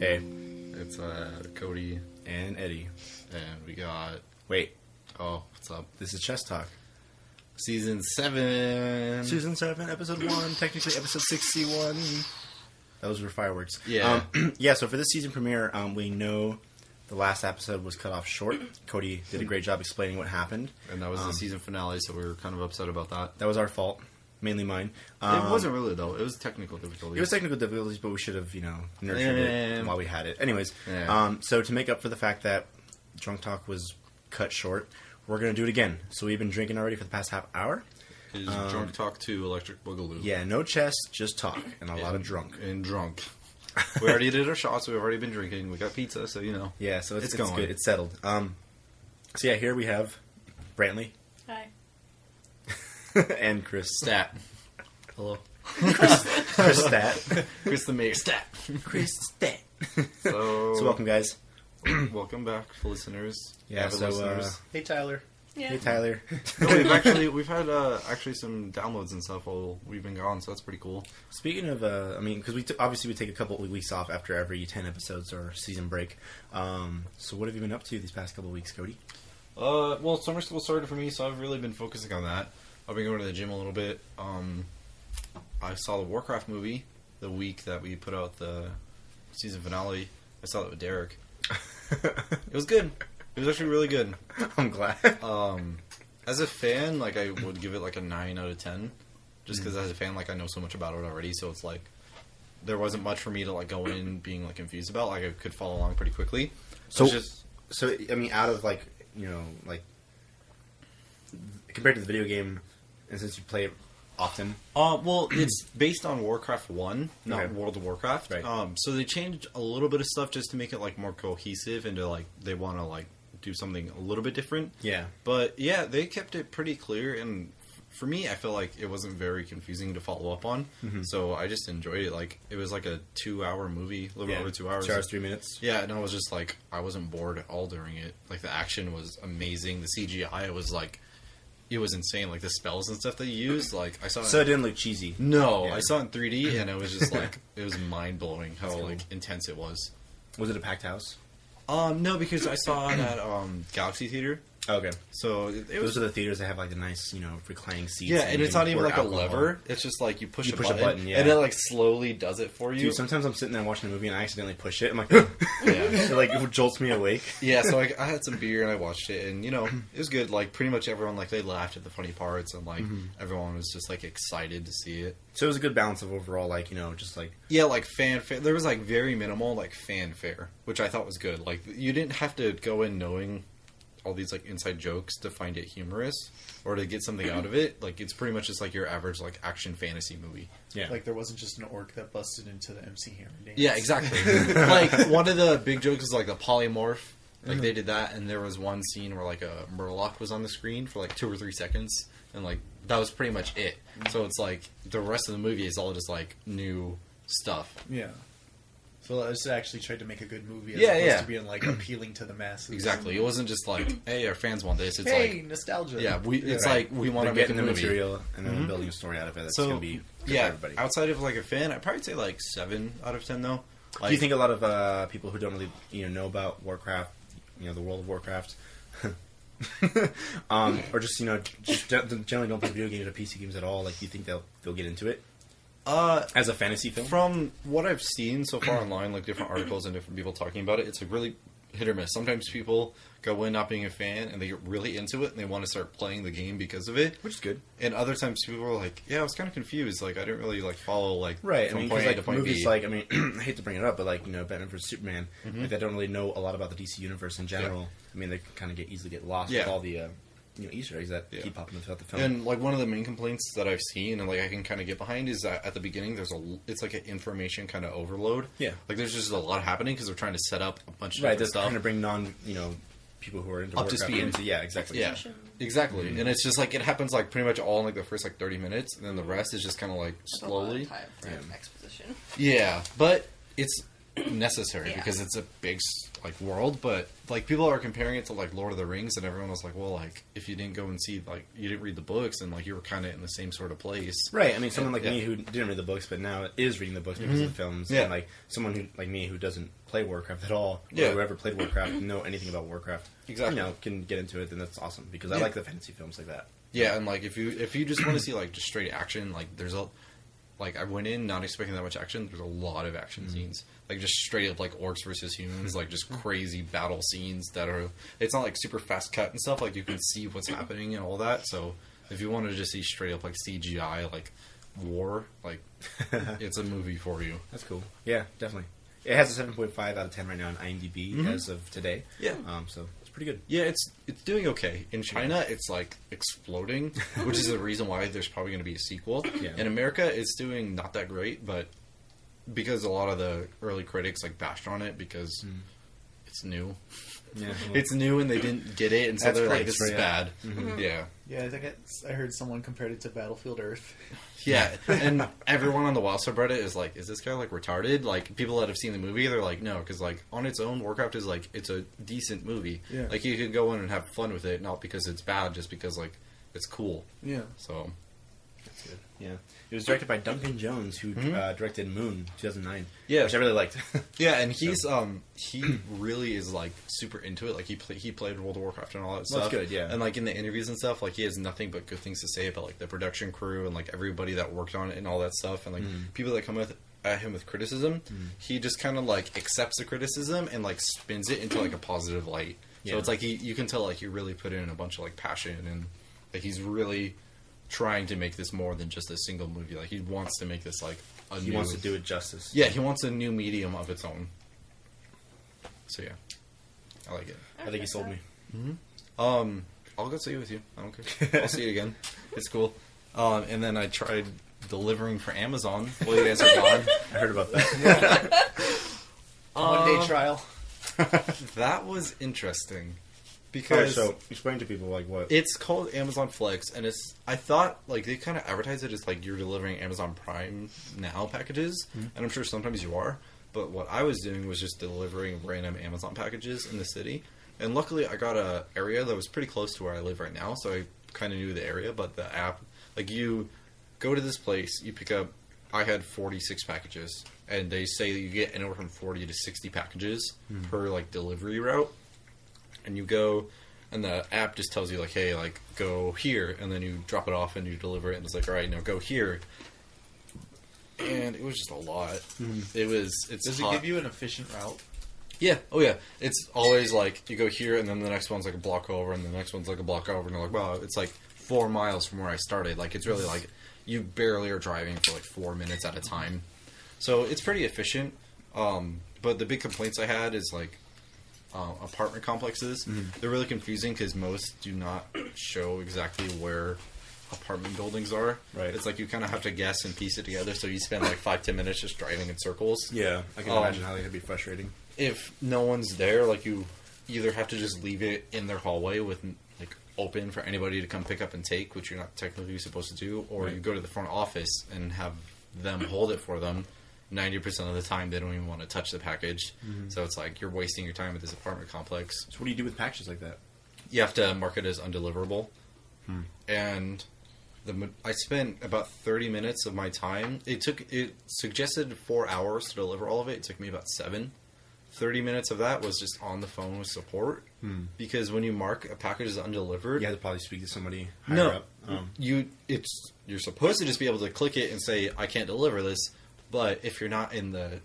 Hey, It's uh, Cody, and Eddie. and we got. Wait, Oh, what's up? this is Chess Talk. Season seven. Season 7, Episode 1, technically Episode 61. Those were fireworks. Yeah. Um, yeah, so for this season premiere, um, we know the last episode was cut off short. Cody did a great job explaining what happened. and that was Um, the season finale, so we were kind of upset about that. That was our fault, mainly mine. Um, it wasn't really though. It was technical difficulties. It was technical difficulties, but we should have, you know, nurtured Yeah. it while we had it. Anyways, Yeah. um, so to make up for the fact that drunk talk was cut short, we're gonna do it again. So we've been drinking already for the past half hour. Is drunk talk to electric boogaloo. um, Yeah, no chest, just talk, and a lot of And- drunk. and drunk. we already did our shots. We've already been drinking. We got pizza, so you know. Yeah, so it's, It's it's, going. good. It's settled. Um, so yeah, here we have Brantley Hi. and Chris Stat. Hello, Chris Stat. Chris the Mayor. Stat. Chris Stat. So, So welcome, guys. welcome back, listeners. Yeah, avid so, uh, Hey Tyler. Yeah. Hey Tyler. No, we've actually we've had uh, actually some downloads and stuff while we've been gone, so that's pretty cool. Speaking of, uh, I mean, because we t- obviously we take a couple of weeks off after every ten episodes or season break. Um, so what have you been up to these past couple of weeks, Cody? Uh, well, summer school started for me, so I've really been focusing on that. I've been going to the gym a little bit. Um, I saw the Warcraft movie the week that we put out the season finale. I saw that with Derek. It was good. It was actually really good. I'm glad. Um, as a fan, like I would give it like a nine out of ten, just because as a fan, like I know so much about it already. So it's like there wasn't much for me to like go in being like confused about. Like I could follow along pretty quickly. So- it's just so I mean, out of like you know like compared to the video game, and since you play it often, Uh, well, it's based on Warcraft One, not Okay. World of Warcraft. Right. Um, so they changed a little bit of stuff just to make it like more cohesive and to like they want to like do something a little bit different. yeah, But yeah, they kept it pretty clear, and for me, I feel like it wasn't very confusing to follow up on. Mm-hmm. So I just enjoyed it. Like it was like a two-hour movie, a little yeah. over two hours. two hours, three minutes. Yeah, and I was just like, I wasn't bored at all during it. Like the action was amazing. The CGI was like, it was insane. Like the spells and stuff they used. Like I saw. So it didn't look cheesy. No, Yeah. I saw it in 3D, and it was just like it was mind blowing how That's cool. like intense it was. Was it a packed house? Um, no, because I saw it at um Galaxy Theater, Okay, so it, it those was are the theaters that have like the nice you know reclining seats. yeah, and you it's can not even pour like alcohol. a lever. It's just like you push, You a, push a button, button, yeah. and it like slowly does it for you. Dude, sometimes I'm sitting there watching a movie and I accidentally push it. I'm like, it yeah. like jolts me awake. yeah, so I, I had some beer and I watched it, and you know it was good. Like pretty much everyone like they laughed at the funny parts, and like Mm-hmm. everyone was just like excited to see it. So it was a good balance of overall, like you know, just like Yeah, like fanfare. There was like very minimal like fanfare, which I thought was good. Like you didn't have to go in knowing all these like inside jokes to find it humorous or to get something out of it. Like it's pretty much just like your average like action fantasy movie. yeah, Like there wasn't just an orc that busted into the MC Hammer dance. Yeah, exactly. like one of the big jokes is like the polymorph. Mm-hmm. Like they did that, and there was one scene where like a Murloc was on the screen for like two or three seconds, and like that was pretty much it. Mm-hmm. So it's like the rest of the movie is all just like new stuff. Yeah. So I just actually tried to make a good movie as Yeah, opposed yeah. to being like appealing to the masses. Exactly. It wasn't just Mm-hmm. like, hey, our fans want this. It's Hey, like, nostalgia. yeah, we. It's like Right. we want to they're make a getting the movie. Mm-hmm. material and then building a story out of it. That's So gonna be good yeah, for everybody. outside of like a fan, I'd probably say like seven out of ten though. Like, Do you think a lot of uh, people who don't really you know know about Warcraft, you know, the world of Warcraft, um, or just you know, just don't- generally don't play video games or PC games at all? Like, do you think they'll they'll get into it uh, as a fantasy film? from what I've seen so far online, like different articles and different people talking about it, it's like really hit or miss. Sometimes people go in not being a fan and they get really into it and they want to start playing the game because of it. Which is good, And other times people are like, yeah, I was kind of confused. Like I didn't really like follow like right? I from mean, 'cause, point A to like point movies, B. like I mean, I hate to bring it up, but like you know, Batman vs Superman, Mm-hmm. like they don't really know a lot about the DC universe in general. I mean, they can kind of get easily get lost Yeah. with all the uh, you know Easter eggs that Yeah. keep popping up throughout the film. And like one of the main complaints that I've seen and like I can kind of get behind is that at the beginning there's a l- it's like an information kind of overload. Yeah. Like there's just a lot happening because they're trying to set up a bunch of right, different that's stuff. kind of bring non you know people who are into Up to Warcraft speed. into- yeah, exactly. Mm-hmm. yeah. Exactly. And it's just like it happens like pretty much all in like the first like 30 minutes and then the rest is just kind of like That's a lot of slowly. time for Yeah. exposition. Yeah. But it's necessary Yeah. because it's a big s- like world. But like people are comparing it to like Lord of the Rings, and everyone was like, well, like if you didn't go and see like you didn't read the books, and like you were kind of in the same sort of place. Right. I mean, someone like Yeah. Mm-hmm. me who didn't read the books, but now is reading the books because of the films. Yeah. And like someone who like me who doesn't play Warcraft at all, Yeah. or who ever played Warcraft, know anything about Warcraft, Exactly. you know, can get into it. Then that's awesome because I Yeah. like the fantasy films like that. Yeah, and like if you if you just want to see like just straight action, like there's a like I went in not expecting that much action. There's a lot of action scenes, like just straight up like orcs versus humans, like just crazy battle scenes that are. It's not like super fast cut and stuff. Like you can see what's happening and all that. So if you want to just see straight up like CGI like war, like it's a movie for you. That's cool. Yeah, definitely. It has a seven point five out of ten right now on IMDb as of today. Mm-hmm. Yeah. Um. So it's pretty good. Yeah, it's it's doing okay. In China, it's like exploding, which is the reason why there's probably going to be a sequel. Yeah. In America, it's doing not that great, but because a lot of the early critics like bashed on it because Hmm. it's new. Yeah. It's new and they didn't get it, and so That's they're like, great, Mm-hmm. "This is yeah. bad." Yeah, Yeah, I think I, I heard someone compared it to Battlefield Earth. yeah. and everyone on the WoW subreddit is like, "Is this guy like retarded?" Like people that have seen the movie, they're like, "No," because like on its own, Warcraft is like it's a decent movie. Yeah. Like you could go in and have fun with it, not because it's bad, just because like it's cool. Yeah. So yeah. It was directed by Duncan Jones, who uh, directed Moon, two thousand nine. Mm-hmm. Yeah. Which I really liked. yeah, and he's um he really is like super into it. Like he play, he played World of Warcraft and all that Well, that's stuff. good, yeah. And like in the interviews and stuff, like he has nothing but good things to say about like the production crew and like everybody that worked on it and all that stuff. And like Mm. people that come with at him with criticism, he just kind of like accepts the criticism and like spins it into like a positive light. Yeah. So it's like he you can tell like he really put in a bunch of like passion and like he's really trying to make this more than just a single movie. Like he wants to make this like a he new, wants to do it justice. yeah, he wants a new medium of its own. So yeah, I like it. I think he sold me. Um, I'll go see it with you. I don't care. I'll see it again. It's cool. Um, and then I tried delivering for Amazon while you guys are gone. I heard about that. One Uh, day trial. That was interesting All right, because so explain to people like what it's called Amazon Flex, and it's I thought like they kind of advertise it as like you're delivering Amazon Prime Now packages, and I'm sure sometimes you are, but what I was doing was just delivering random Amazon packages in the city, and luckily I got a area that was pretty close to where I live right now, so I kind of knew the area, but the app like you go to this place, you pick up. I had 46 packages, and they say that you get anywhere from 40 to 60 packages per like delivery route and you go and the app just tells you like hey like go here and then you drop it off and you deliver it and it's like all right now go here and it was just a lot it was it's Does it hot. give you an efficient route? yeah oh yeah it's always like you go here and then the next one's like a block over and the next one's like a block over and you're like wow it's like four miles from where i started like it's really like you barely are driving for like four minutes at a time so it's pretty efficient um, but the big complaints i had is like uh, apartment complexes. Mm-hmm. They're really confusing because most do not show exactly where apartment buildings are. Right. It's like you kind of have to guess and piece it together. So you spend like five ten minutes just driving in circles. Yeah, I can Um, imagine how that'd be frustrating. If no one's there, like you either have to just leave it in their hallway with like open for anybody to come pick up and take, which you're not technically supposed to do, or Right. you go to the front office and have them hold it for them. 90% of the time they don't even want to touch the package. So it's like you're wasting your time at this apartment complex So what do you do with packages like that? you have to mark it as undeliverable. And the ma- I spent about thirty minutes of my time. It took it suggested four hours to deliver all of it. It took me about seven. Thirty minutes of that was just on the phone with support because when you mark a package as undelivered, You have to probably speak to somebody higher No. up. Um, you it's you're supposed to just be able to click it and say I can't deliver this, but if you're not in the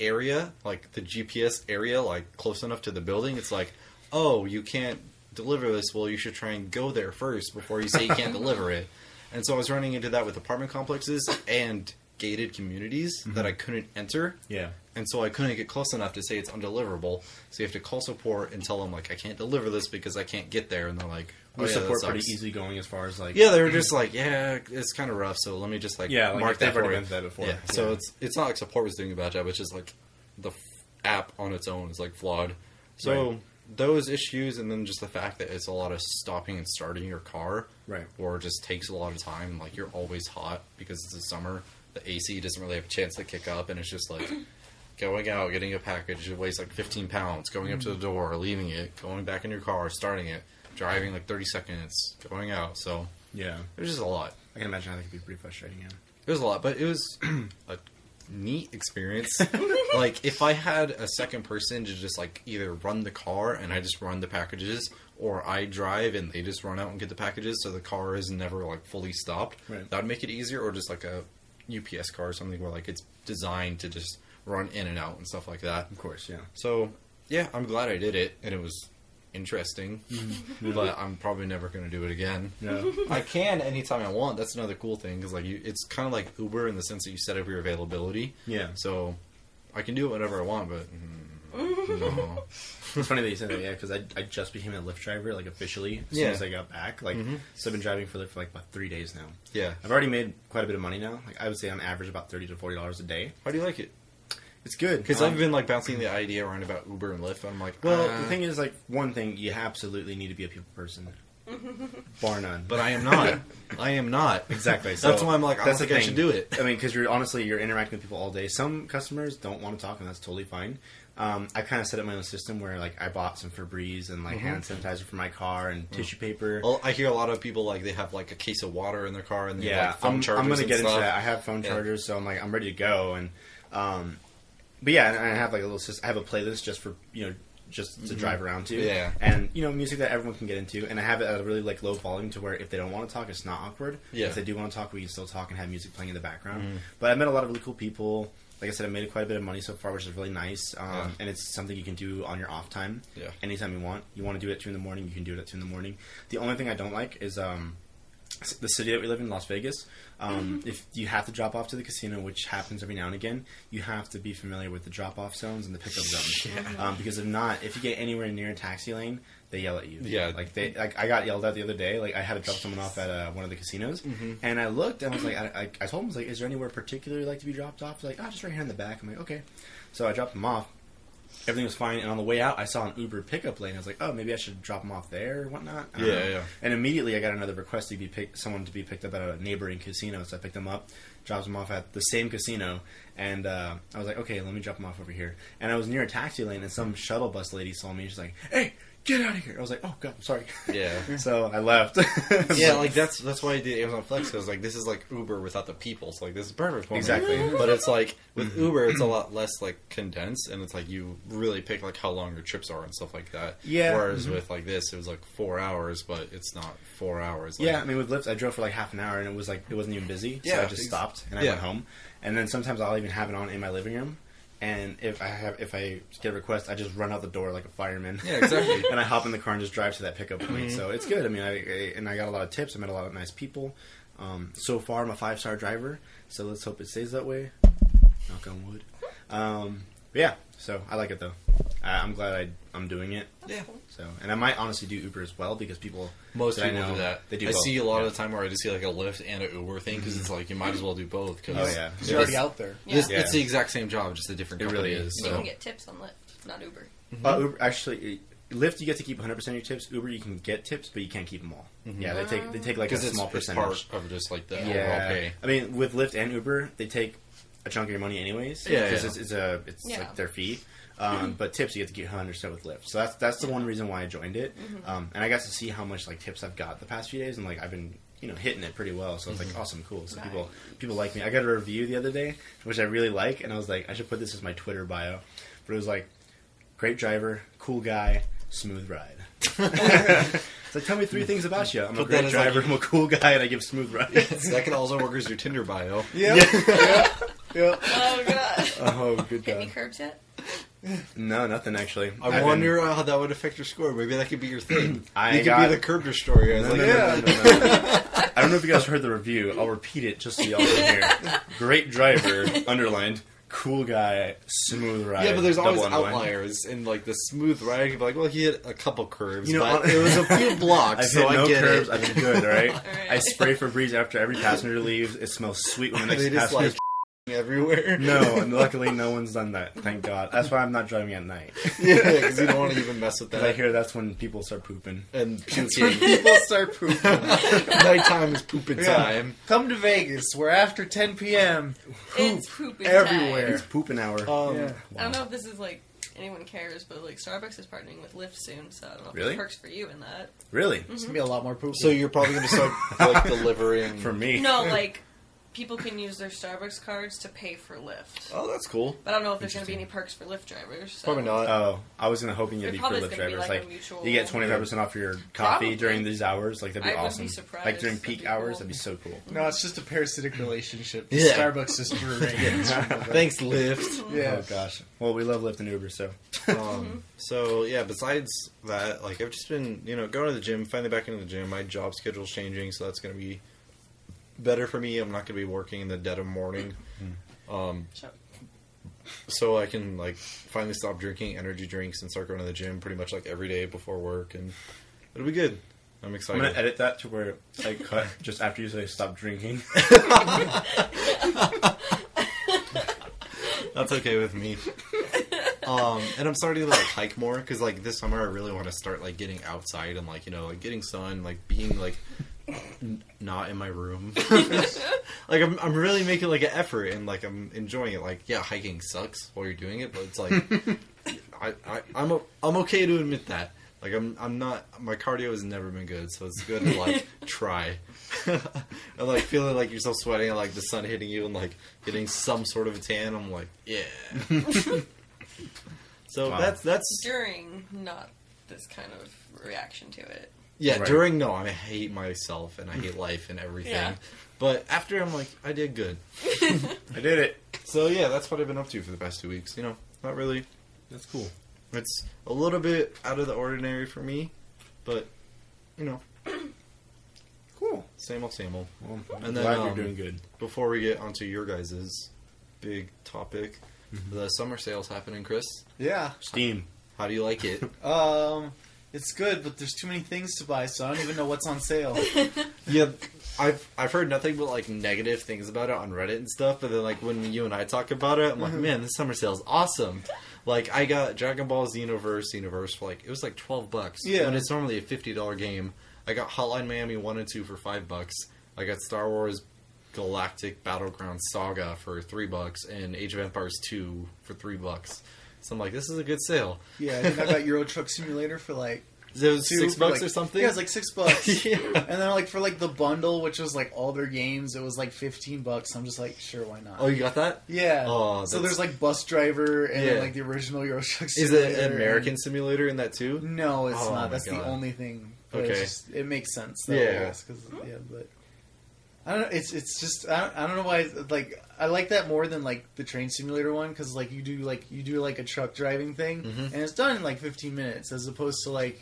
area, like the GPS area, like close enough to the building, it's like, oh, you can't deliver this. Well, you should try and go there first before you say you can't deliver it. And so I was running into that with apartment complexes and gated communities Mm-hmm. that I couldn't enter. yeah. And so I couldn't get close enough to say it's undeliverable. So you have to call support and tell them like I can't deliver this because I can't get there. And they're like, oh, Was yeah, that support pretty sucks." easy going as far as like Yeah, they were just like, yeah, it's kind of rough. So let me just like Yeah, like, mark if that they've already for been you. through that before. Yeah. So Yeah. it's it's not like support was doing a bad job. It's just like the f- app on its own is like flawed. So Right. those issues, and then just the fact that it's a lot of stopping and starting your car, Right. Or just takes a lot of time. Like you're always hot because it's the summer. The AC doesn't really have a chance to kick up, and it's just like going out, getting a package that weighs like 15 pounds, going up to the Mm-hmm. door, leaving it, going back in your car, starting it, driving like 30 seconds, going out. So Yeah, it was just a lot. I can imagine how that could be pretty frustrating. Yeah. It was a lot, but it was a neat experience. like if I had a second person to just like either run the car and I just run the packages, or I drive and they just run out and get the packages, so the car is never like fully stopped. Right. That would make it easier, or just like a UPS car or something where like it's designed to just run in and out and stuff like that. Of course, yeah. So yeah, I'm glad I did it, and it was interesting. But I'm probably never gonna do it again. Yeah. I can anytime I want. That's another cool thing because like you, it's kind of like Uber in the sense that you set up your availability. Yeah. So I can do it whenever I want, but mm, no. It's funny that you said that, yeah, because I, I just became a Lyft driver, like, officially, as Yeah. soon as I got back. Like, Mhm. so I've been driving for Lyft for, like, about three days now. yeah. I've already made quite a bit of money now. Like, I would say on average about 30 to $40 a day. How do you like it? Um, It's good. Because Um, I've been like bouncing the idea around about Uber and Lyft. I'm like, Well, uh, the thing is, like, one thing, you absolutely need to be a people person. Bar none. but I am not. I am not. Exactly. So That's why I'm like, I don't that's the think I thing. should do it. I mean, because you're honestly you're interacting with people all day. Some customers don't want to talk, and that's totally fine. Um, I kind of set up my own system where like I bought some Febreze and Mm-hmm. like hand sanitizer for my car and Mm. tissue paper. Well, I hear a lot of people like they have like a case of water in their car and they have, yeah, like, phone I'm, chargers. I'm gonna and get stuff. into that. I have phone Yeah. chargers, so I'm like I'm ready to go. And um, but yeah, and I have like a little system. I have a playlist just for you know just to drive around to. Mm-hmm. Yeah. and you know music that everyone can get into. And I have it at a really like low volume to where if they don't want to talk, it's not awkward. Yeah. Mm-hmm. if they do want to talk, we can still talk and have music playing in the background. But I met a lot of really cool people. Like I said, I made quite a bit of money so far, which is really nice. Um, Yeah. And it's something you can do on your off time. Yeah. Anytime you want. You want to do it at 2 in the morning, you can do it at 2 in the morning. The only thing I don't like is um, s- the city that we live in, Las Vegas, um, Mm-hmm. if you have to drop off to the casino, which happens every now and again, you have to be familiar with the drop off zones and the pickup zones. Um, because if not, if you get anywhere near a taxi lane, they yell at you. Yeah. Like they, like I got yelled at the other day. Like I had to drop someone off at uh, one of the casinos, Mm-hmm. and I looked and I was like, I, I, I told him I was like, is there anywhere particular you'd like to be dropped off? They're like, oh, just right here in the back. I'm like, okay. So I dropped him off. Everything was fine, and on the way out, I saw an Uber pickup lane. I was like, "Oh, maybe I should drop him off there or whatnot." I don't Yeah, know. yeah. And immediately I got another request to be pick, someone to be picked up at a neighboring casino. So I picked them up, dropped them off at the same casino, and uh, I was like, okay, let me drop them off over here. And I was near a taxi lane, and some shuttle bus lady saw me. She's like, hey, get out of here! I was like, oh god, I'm sorry. Yeah. so I left. yeah, like that's that's why I did Amazon Flex because like this is like Uber without the people. So like this is perfect for me. Exactly. Mm-hmm. But it's like with Uber, it's a lot less like condensed, and it's like you really pick like how long your trips are and stuff like that. Yeah. Mm-hmm. Whereas with like this, it was like four hours, but it's not four hours. Like, Yeah, I mean with Lyft, I drove for like half an hour and it was like it wasn't even busy, so Yeah, I just ex- stopped and I yeah. went home. And then sometimes I'll even have it on in my living room, and if I have if I get a request, I just run out the door like a fireman. Yeah, Mm-hmm. exactly. and I hop in the car and just drive to that pickup point. So it's good. I mean, I, I and I got a lot of tips. I met a lot of nice people. Um, so far, I'm a five star driver. So let's hope it stays that way. Knock on wood. Um, but yeah, so I like it though. I, I'm glad I, I'm doing it. Yeah. So and I might honestly do Uber as well because people Most that I people know, do that. They do. I both. see a lot Yeah. of the time where I just see like a Lyft and a Uber thing because it's Mm-hmm. like you might as well do both. Cause Oh, yeah. 'Cause you're already out there. This- It's, Yeah. the exact same job, just a different It company. really is. is, You so. You can get tips on Lyft, not Uber. Uh, Uber, actually, uh, Lyft you get to keep 100 percent of your tips. Uber you can get tips, but you can't keep them all. Yeah, they take they take like a Because it's, small it's percentage. part of just like the overall yeah, pay. I mean with Lyft and Uber they take a chunk of your money anyways. Yeah, because yeah. It's, it's a it's Yeah. like their fee. Um, but tips you get to get 100 percent with Lyft. So that's that's the one reason why I joined it. Um, and I got to see how much like tips I've got the past few days, and like I've been. You know, hitting it pretty well, so it's Mm-hmm. like awesome, cool. So people people like me. I got a review the other day, which I really like, and I was like, I should put this as my Twitter bio. But it was like, great driver, cool guy, smooth ride. it's like, tell me three things about you. I'm a Put that great as, like, driver, I'm a cool guy, and I give smooth rides. that can also work as your Tinder bio. Yeah. yeah. Oh god. oh, good Hit me God. curbs yet? No, nothing actually. I wonder uh, how that would affect your score. Maybe that could be your thing. I you got- could be the curb destroyer. It's No, like, no, no, yeah. no, no, no. I don't know if you guys heard the review. I'll repeat it just so y'all can hear. Great driver, underlined. Cool guy, smooth ride. yeah, but there's always double underline. outliers, and like the smooth ride, you'd be like, well, he hit a couple curves, You know, but hon- it was a few blocks, I've so hit I no get curves. it. I've been good, all right? All right. I spray for breeze after every passenger leaves. It smells sweet when the next they just passenger like everywhere. No, and luckily no one's done that. Thank God. That's why I'm not driving at night. yeah, because you don't want to even mess with 'Cause I that. hear that's when people start pooping. and When puking. people start pooping. Nighttime is pooping Yeah. time. Come to Vegas. We're after 10 p.m. It's pooping everywhere. It's pooping hour. Um, Yeah. Time. I don't know if this is like anyone cares, but like Starbucks is partnering with Lyft soon, so I don't know if Really? it works for you in that. Really? Mm. It's gonna be a lot more poop. So you're probably going to start like delivering. For me. No, like people can use their Starbucks cards to pay for Lyft. Oh, that's cool. Uh, But I don't know if there's going to be any perks for Lyft drivers. So. Probably not. Oh, I was gonna hoping It it'd be for probably is Lyft gonna be drivers. like Like, a mutual- you get twenty five percent off your coffee Probably. during these hours. Like that'd be I wouldn't awesome. be surprised. Like during That'd peak be hours, cool. that'd be so cool. no, it's just a parasitic relationship. Yeah. Starbucks is brewing. Thanks, Lyft. Yeah. Oh gosh. Well, we love Lyft and Uber, so um, so yeah, besides that, like I've just been, you know, going to the gym, finally back into the gym. My job schedule's changing, so that's going to be better for me. I'm not going to be working in the dead of morning. Um, Sure. so I can like finally stop drinking energy drinks and start going to the gym pretty much like every day before work, and it'll be good. I'm I'm excited. gonna edit that to where I cut just after you say stop drinking. That's okay with me. Um, and I'm starting to like hike more because like this summer I really want to start like getting outside and like you know like getting sun, like being like n- not in my room. like I'm, I'm really making like an effort and like I'm enjoying it. Like yeah, hiking sucks while you're doing it, but it's like I, I I'm o- I'm okay to admit that. Like I'm I'm not my cardio has never been good, so it's good to like try. and like feeling like yourself sweating and like the sun hitting you and like getting some sort of a tan, I'm like, yeah. so Wow. that's that's During, not this kind of reaction to it. yeah, Right. during no, I hate myself and I hate life and everything. Yeah. But after I'm like, I did good. I did it. So yeah, that's what I've been up to for the past two weeks. You know, not really That's cool. It's a little bit out of the ordinary for me, but you know, Cool. same old, same old. Well, I'm And then, glad um, you're doing good. Before we get onto your guys' big topic, the summer sales happening, Chris. yeah. Steam. How do you like it? Um, it's good, but there's too many things to buy, so I don't even know what's on sale. yeah, I've I've heard nothing but like negative things about it on Reddit and stuff. But then like when you and I talk about it, I'm like, Mm-hmm. man, this summer sale's awesome. Like I got Dragon Ball Xenoverse Universe for like it was like twelve bucks. Yeah. when it's normally a fifty dollar game. I got Hotline Miami one and two for five bucks. I got Star Wars Galactic Battleground Saga for three bucks and Age of Empires two for three bucks. So I'm like, this is a good sale. Yeah, and I got Euro Truck Simulator for like It was two six for, bucks like- or something. Yeah, it was like six bucks. Yeah. And then like for like the bundle, which was like all their games, it was like fifteen bucks. I'm just like, sure, why not? Oh, you got that? yeah. Oh, so that's- there's like Bus Driver and Yeah. like the original Euro Truck Is Simulator. it an American simulator in that too? and- No, it's Oh my not. That's God. the only thing. But it's Okay. just- it makes sense. Yeah. yeah, because yeah, but. I don't know. It's it's just I don't, I don't know why it's, like I like that more than like the train simulator one because like you do like you do like a truck driving thing Mhm. and it's done in like 15 minutes as opposed to like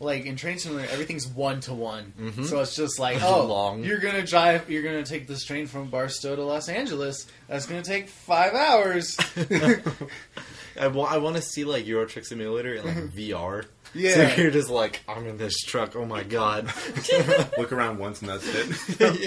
like in train simulator everything's one to one Mhm. so it's just like It's oh long. you're gonna drive you're gonna take this train from Barstow to Los Angeles that's gonna take five hours I, wa- I want to see like Euro Truck Simulator in like VR. Mm-hmm. yeah So you're just like, I'm in this truck. Oh my god. Look around once and that's it.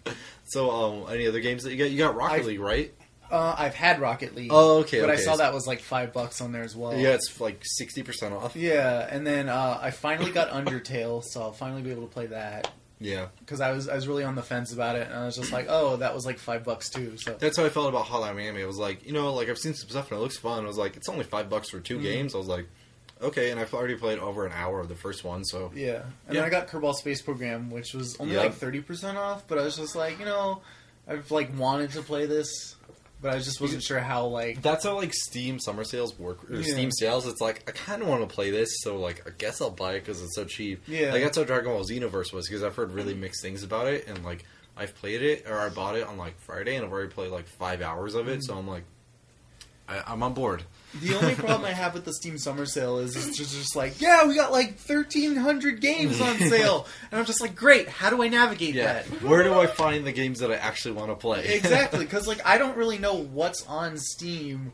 yeah. So um, any other games that you got? You got Rocket I- League, right? uh, I've had Rocket League Oh, okay. but I okay. saw that was like five bucks on there as well Yeah, it's like sixty percent off. Oh. yeah and then uh, I finally got Undertale so I'll finally be able to play that Yeah. because I was I was really on the fence about it and I was just like oh that was like five bucks too so That's how I felt about Hotline Miami. I was like, you know, like I've seen some stuff and it looks fun. I was like, it's only five bucks for 2 Mhm. games. I was like, okay. And I've already played over an hour of the first one, so Yeah, and Yeah. then I got Kerbal Space Program, which was only Yeah. like thirty percent off. But I was just like, you know, I've like wanted to play this, but I just wasn't sure how. Like, That's how like Steam summer sales work. Or Yeah. Steam sales, it's like I kind of want to play this, so like I guess I'll buy it because it's so cheap. Yeah. like that's how Dragon Ball Xenoverse was because I've heard really mixed things about it, and like I've played it or I bought it on like Friday, and I've already played like five hours of it, so I'm like, I, I'm on board. the only problem I have with the Steam Summer Sale is it's just, just like, yeah, we got like thirteen hundred games on sale, and I'm just like, great. How do I navigate Yeah, that? where do I find the games that I actually want to play? Exactly, because like I don't really know what's on Steam.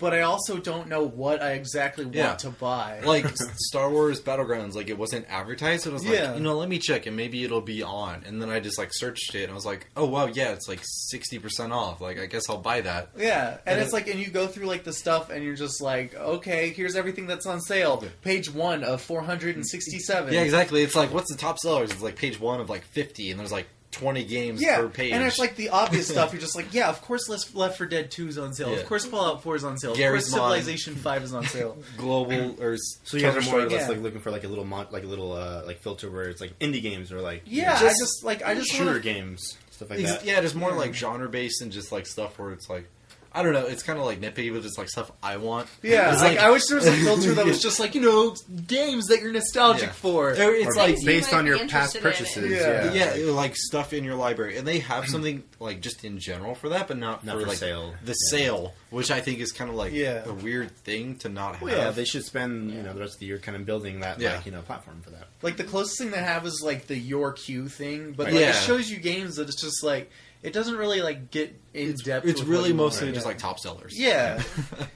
but I also don't know what I exactly want Yeah. to buy. like S- Star Wars Battlegrounds, like it wasn't advertised. So I was Yeah. like, you know, let me check and maybe it'll be on. And then I just like searched it and I was like, oh wow, yeah, it's like sixty percent off. Like I guess I'll buy that. Yeah, and And it's it- like, and you go through like the stuff, and you're just like, okay, here's everything that's on sale. Page one of four hundred and sixty-seven. Yeah, exactly. It's like what's the top sellers? It's like page one of like fifty, and there's like twenty games Yeah, per page. and it's like the obvious stuff. You're just like, yeah, of course, Les- Left for Dead Two is on sale. Yeah. Of course, Fallout Four is on sale. Gary's of course, Mod. Civilization Five is on sale. global or So you guys are more or less Yeah. like looking for like a little mon- like a little uh, like filter where it's like indie games or like Yeah, I Just- just like I just shooter wanna, games stuff like Ex- that. yeah, just more like genre based and just like stuff where it's like. I don't know. It's kind of like nitpicky, but it's like stuff I want. yeah. It's Like, I wish there was a filter that was just like you know games that you're nostalgic Yeah. for. It's Or like You based might on be your interested past in it. purchases. Yeah. Yeah, yeah, it- like stuff in your library, and they have something like just in general for that, but not, Not for like sale. the Yeah. sale, which I think is kind of like Yeah. a weird thing to not have. Well, yeah, they should spend you know the rest of the year kind of building that Yeah. like you know platform for that. Like the closest thing they have is like the your queue thing, but like, Yeah. it shows you games that it's just like it doesn't really like get in it's, depth. it's with what really you want. mostly Yeah. just like top sellers. yeah,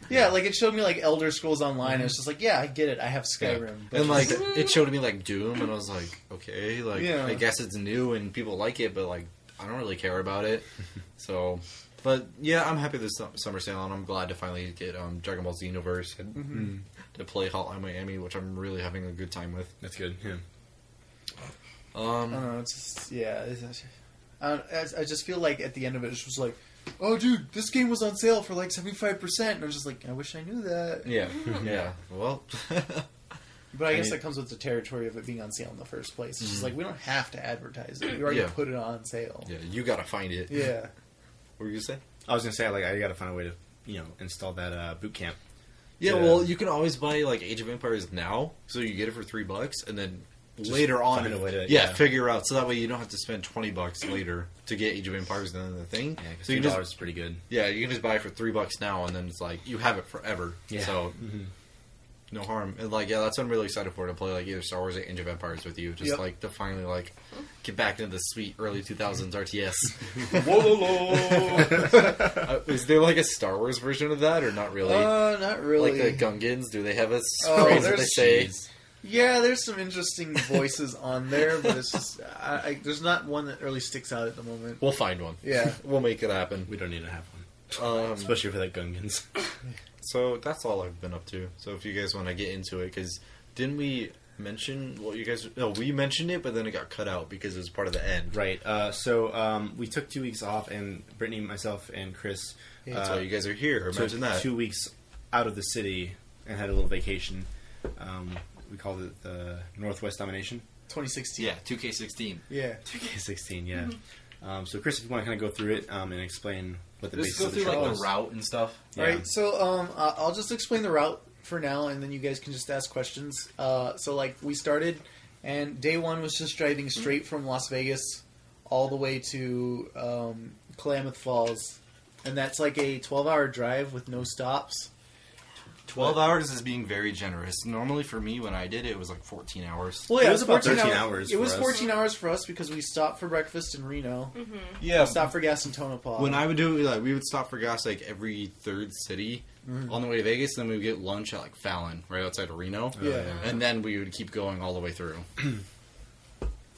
yeah. Like it showed me like Elder Scrolls Online. and It's just like yeah, I get it. I have Mm-hmm. Yeah. Skyrim, but and like just- it showed me like Doom, and I was like, okay, like Yeah. I guess it's new and people like it, but like I don't really care about it. So, but yeah, I'm happy this sum- summer sale, and I'm glad to finally get um, Dragon Ball Z Universe and Mm-hmm. to play Hotline Miami, which I'm really having a good time with. That's good. Yeah. Um, I don't know. It's just yeah. It's, it's- I, don't- I- I just feel like at the end of it, it's just like, oh, dude, this game was on sale for like seventy five percent, and I'm just like, I wish I knew that. Yeah, yeah. Well, But I guess mean- Mm-hmm. that comes with the territory of it being on sale in the first place. It's just like we don't have to advertise it. We already Yeah. put it on sale. yeah, you gotta find it. yeah. What were you saying? I was gonna say like I gotta find a way to you know install that uh, boot camp. Yeah, Yeah. well, you can always buy like Age of Empires now, so you get it for three bucks, and then later on, find a way to- yeah, yeah. figure out so that way you don't have to spend twenty bucks later to get Age of Empires and then the thing. Yeah, 'cause so two you can dollars just is pretty good. yeah, you can just buy it for three bucks now, and then it's like you have it forever. Yeah. So Mhm. no harm, and like yeah, that's what I'm really excited for to play like either Star Wars or Age of Empires with you, just Yep. like to finally like get back into the sweet early 2000s RTS. Uh, is there like a Star Wars version of that or not really? Uh, not really. Like the Gungans, do they have a s- Oh, phrase that they there's- say? yeah, there's some interesting voices on there, but it's just I, I, there's not one that really sticks out at the moment. We'll find one. Yeah. we'll make it happen. We don't need to have one, Um, especially for that Gungans. so that's all I've been up to. So if you guys want to get into it, because didn't we mention what you guys? No, we mentioned it, but then it got cut out because it was part of the end. right. Uh, so um, we took two weeks off, and Brittany, myself, and Chris Yeah, That's uh, why you guys are here. took Imagine that. two weeks out of the city and had a little vacation. Um, we called it the Northwest Domination. 2016. Yeah, two K sixteen. Yeah. 2K16, yeah. Um, so Chris, if you want to kind of go through it um, and explain what the Let's basis go of the through show like was. the route and stuff. Yeah. All right, so um, I- I'll just explain the route for now, and then you guys can just ask questions. Uh, so, like, we started, and day one was just driving Mm-hmm. straight from Las Vegas all the way to um, Klamath Falls, and that's like a 12-hour drive with no stops. Twelve hours is being very generous. Normally for me, when I did it, it was like fourteen hours. Well, yeah, It was it was about 14 13 hours. hours It was for us. Mm-hmm. 14 hours for us because we stopped for breakfast in Reno, Yeah, stopped for gas in Tonopah. When I would do it, like we would stop for gas like every third city on the way to Vegas, and then we would get lunch at like Fallon, right outside of Reno. Oh, yeah. And then we would keep going all the way through.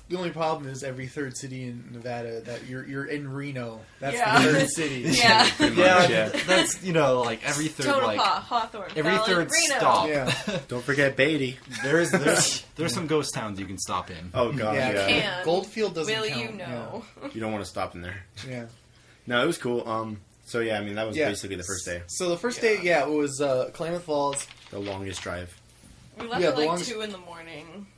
The only problem is every third city in Nevada that you're you're in Reno. That's Yeah. the third city. Yeah. Pretty much, yeah. that's you know like every third Tonopah, like Hawthorne, every Fallon, third Reno. stop. Yeah. Don't forget Beatty. There's there's there's some ghost towns you can stop in. Oh god, yeah. Yeah, I can't. And Goldfield doesn't Will count. you know? You don't want to stop in there. Yeah. yeah. No, it was cool. Um, so yeah, I mean that was Yeah. basically the first day, So the first Yeah. day, yeah, it was uh, Klamath Falls. the longest drive. We left Yeah, at the like longest- two in the morning.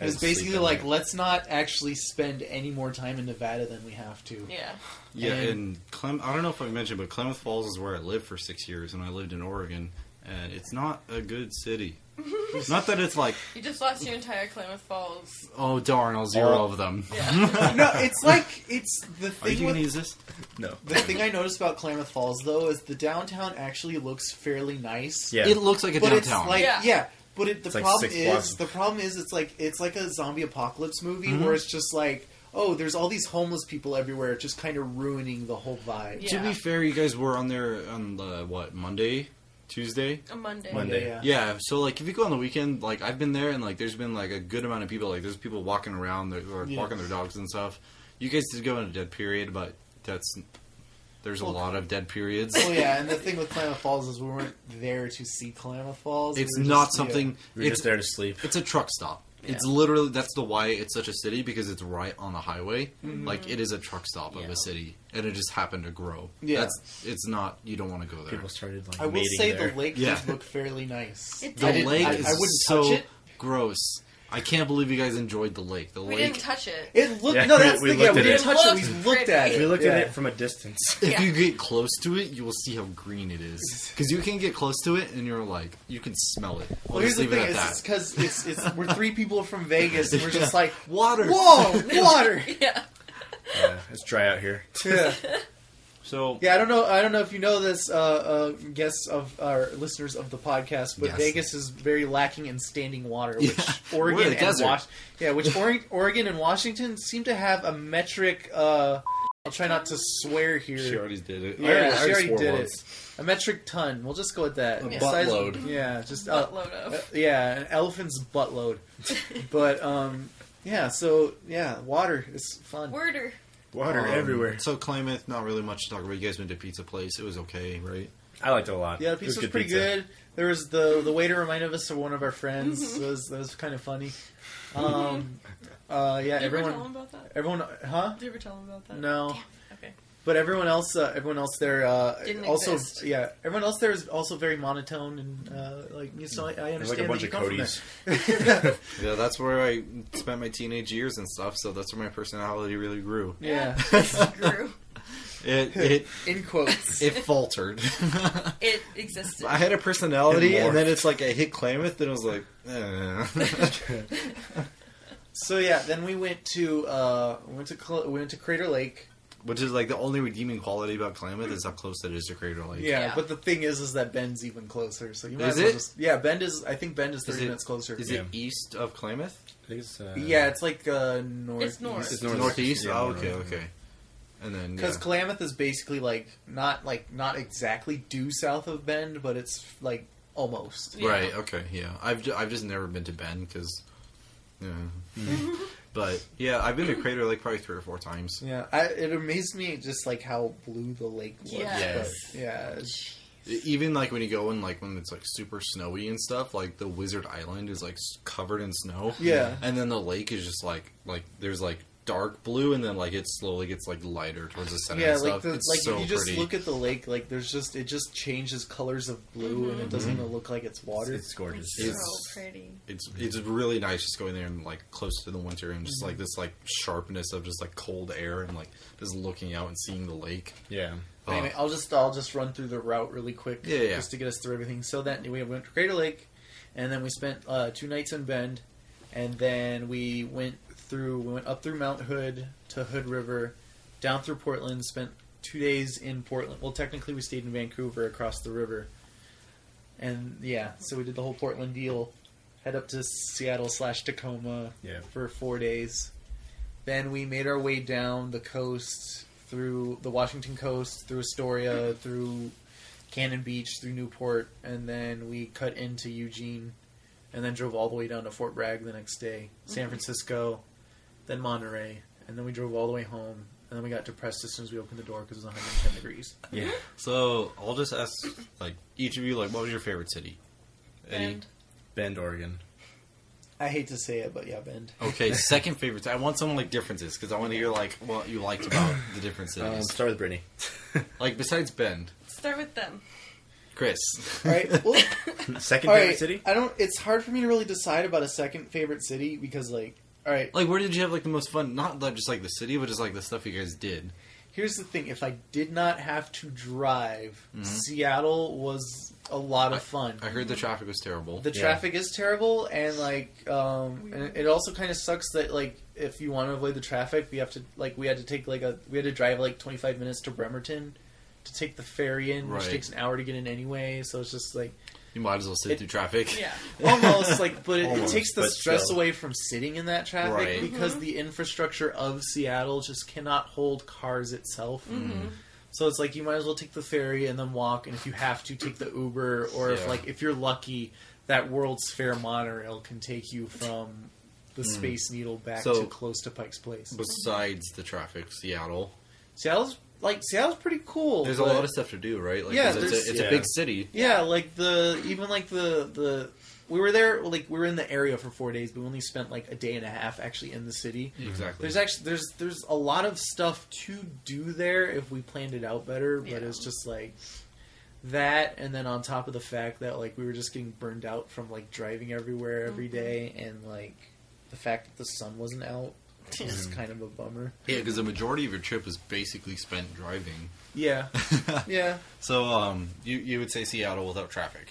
It I was didn't sleep basically that like, night. let's not actually spend any more time in Nevada than we have to. Yeah. Yeah, And- and Clem, I don't know if I mentioned, but Klamath Falls is where I lived for six years, and I lived in Oregon, and it's not a good city. not that it's like, You just lost your entire Klamath Falls. oh darn, all zero All- of them. Yeah. no, it's like it's the Are you thing. going With, to use this? no. the thing I noticed about Klamath Falls though is the downtown actually looks fairly nice. Yeah. It looks like a but downtown. it's like yeah. Yeah. But it, the It's like problem six is blocks. Mm-hmm. the problem is it's like it's like a zombie apocalypse movie where it's just like oh there's all these homeless people everywhere just kind of ruining the whole vibe. Yeah. To be fair, you guys were on there on the what Monday Tuesday. A Monday. Monday. Yeah. Yeah, so like if you go on the weekend, like I've been there and like there's been like a good amount of people. Like there's people walking around, they're like, Yeah. walking their dogs and stuff. You guys did go in a dead period, but that's there's a Well, lot of dead periods. Well, yeah, and the thing with Klamath Falls is we weren't there to see Klamath Falls. It's We were not just- something. We We're it's just there to sleep. it's a truck stop. It's Yeah. literally that's the why it's such a city because it's right on the highway. Mm-hmm. Like it is a truck stop of Yeah. a city, and it just happened to grow. Yeah. That's, it's not. You don't want to go there. People started like Yeah. I will mating say there. the lake Yeah. does look fairly nice. It The I didn't- lake I, is I wouldn't so touch it. gross. I can't believe you guys enjoyed the lake. The We lake. didn't touch it. It looked Yeah, no, we- that's we the thing. Yeah, looked we at didn't it. touch it. We Looked looked at it. pretty. We looked Yeah. at it from a distance. if Yeah. you get close to it, you will see how green it is. Because you can get close to it, and you're like, you can smell it. We'll Well, just here's the leave thing: it at it's that. because it's, it's we're three people from Vegas, and we're just like, Water. whoa, water. Yeah. yeah, it's dry out here. Yeah. So yeah, I don't know. I don't know if you know this, uh, uh, guests of our listeners of the podcast, but Yes. Vegas is very lacking in standing water, which Yeah. We're in Oregon the and desert. Wash- yeah, which Ore- Oregon and Washington seem to have a metric. Uh, I'll try not to swear here. she already did it. Yeah, she already did it. A metric ton. We'll just go with that. A The buttload. Yeah, just uh, Buttload of. uh, yeah, an elephant's buttload. but um, yeah, so yeah, water is fun. Worder. Water Um, everywhere. So Klamath, not really much to talk about. You guys went to Pizza Place. It was okay, right? I liked it a lot. Yeah, the It was pizza was pretty pizza. good. There was the the waiter reminded us of one of our friends. That was that was kind of funny. Um, uh, yeah, Did you ever tell everyone, him about that? everyone, huh? Did you ever tell him about that? No. Damn. Okay. But everyone else, uh, everyone else there, uh, Didn't also, exist. yeah, everyone else there is also very monotone and uh, like you so I, I It was like a understand bunch of that you come Cody's. from there. Yeah, that's where I spent my teenage years and stuff. So that's where my personality really grew. yeah, Grew. It it in quotes. it faltered. It existed. I had a personality, It morphed. and then it's like I hit Klamath, then I was like, eh. So yeah, then we went to uh, we went to Cl- we went to Crater Lake. which is like the only redeeming quality about Klamath is how close it is to Crater Lake. Yeah, Yeah. but the thing is, is that Bend's even closer. So you might Is as well it? just yeah, Bend is I think Bend is thirty it- minutes closer. Is Yeah. it east of Klamath? I think it's, uh, yeah, it's like uh, north. It's north. It's Northeast. northeast. Yeah, oh, okay, northeast, okay. And then Because yeah. Klamath is basically like not like not exactly due south of Bend, but it's like almost. Yeah. right, okay, yeah. I've ju- I've just never been to Bend because, yeah. but yeah, I've been to Crater Lake probably three or four times. Yeah, I, it amazed me just like how blue the lake was. Yes. but, yeah. it's- E, Even like when you go and like when it's like super snowy and stuff, like the Wizard Island is like s- covered in snow. Yeah. and then the lake is just like like there's like dark blue, and then like it slowly gets like lighter towards the center. Yeah, and like stuff. the, it's like so if you just pretty. look at the lake, like there's just it just changes colors of blue, and Mm-hmm. it doesn't even look like it's water. It's gorgeous. So It's- pretty. it's it's really nice just going there and like close to the winter and just like Mm-hmm. this like sharpness of just like cold air and like just looking out and seeing the lake. yeah. Oh. Anyway, I'll just I'll just run through the route really quick, Yeah, yeah. just to get us through everything. So that we went to Crater Lake, and then we spent uh, two nights in Bend, and then we went through we went up through Mount Hood to Hood River, down through Portland. Spent two days in Portland. Well, technically we stayed in Vancouver across the river, and yeah, so we did the whole Portland deal. Head up to Seattle slash Tacoma Yeah. for four days. Then we made our way down the coast through the Washington coast, through Astoria, through Cannon Beach, through Newport, and then we cut into Eugene, and then drove all the way down to Fort Bragg the next day, San Francisco, then Monterey, and then we drove all the way home. And then we got depressed as soon as we opened the door because it was 110 degrees. Yeah. So I'll just ask like each of you like what was your favorite city? Eddie? And Bend, Oregon. I hate to say it, but yeah, Bend. Okay, second favorite. city. I want some like differences because I want to hear like what you liked about the different Um, cities. start with Brittany. like besides Bend, start with them. Chris. All right. Well, Second all favorite right. Oh. city? I don't. It's hard for me to really decide about a second favorite city because, like, all right. like where did you have like the most fun? Not like, just like the city, but just like the stuff you guys did. Here's the thing: if I did not have to drive, Seattle was a lot of fun. I heard the traffic was terrible. Mm-hmm. the Yeah. traffic is terrible, and like, um, and it also kind of sucks that like if you want to avoid the traffic, we have to like we had to take like a we had to drive like 25 minutes to Bremerton to take the ferry in, which Right. takes an hour to get in anyway. So it's just like you might as well sit It- through traffic. Yeah. almost like, but it, Almost, it takes the but stress still. away from sitting in that traffic Right. Mm-hmm. because the infrastructure of Seattle just cannot hold cars itself. So it's like you might as well take the ferry and then walk, and if you have to, take the Uber, or if Yeah. like if you're lucky, that World's Fair monorail can take you from the Space Needle back Mm. So- to close to Pike's Place. Besides the traffic, Seattle. Seattle's like Seattle's pretty cool. There's but- a lot of stuff to do, right? Like, Yeah, 'cause it's, there's- a, it's Yeah. a big city. Yeah, like the even like the the we were there like we were in the area for four days, but we only spent like a day and a half actually in the city. Exactly. Mm-hmm. There's actually there's there's a lot of stuff to do there if we planned it out better, but Yeah. it's just like that and then on top of the fact that like we were just getting burned out from like driving everywhere every Mhm. day and like the fact that the sun wasn't out was Mhm. kind of a bummer. yeah, because the majority of your trip was basically spent driving. Yeah. Yeah. so, um, you you would say Seattle without traffic?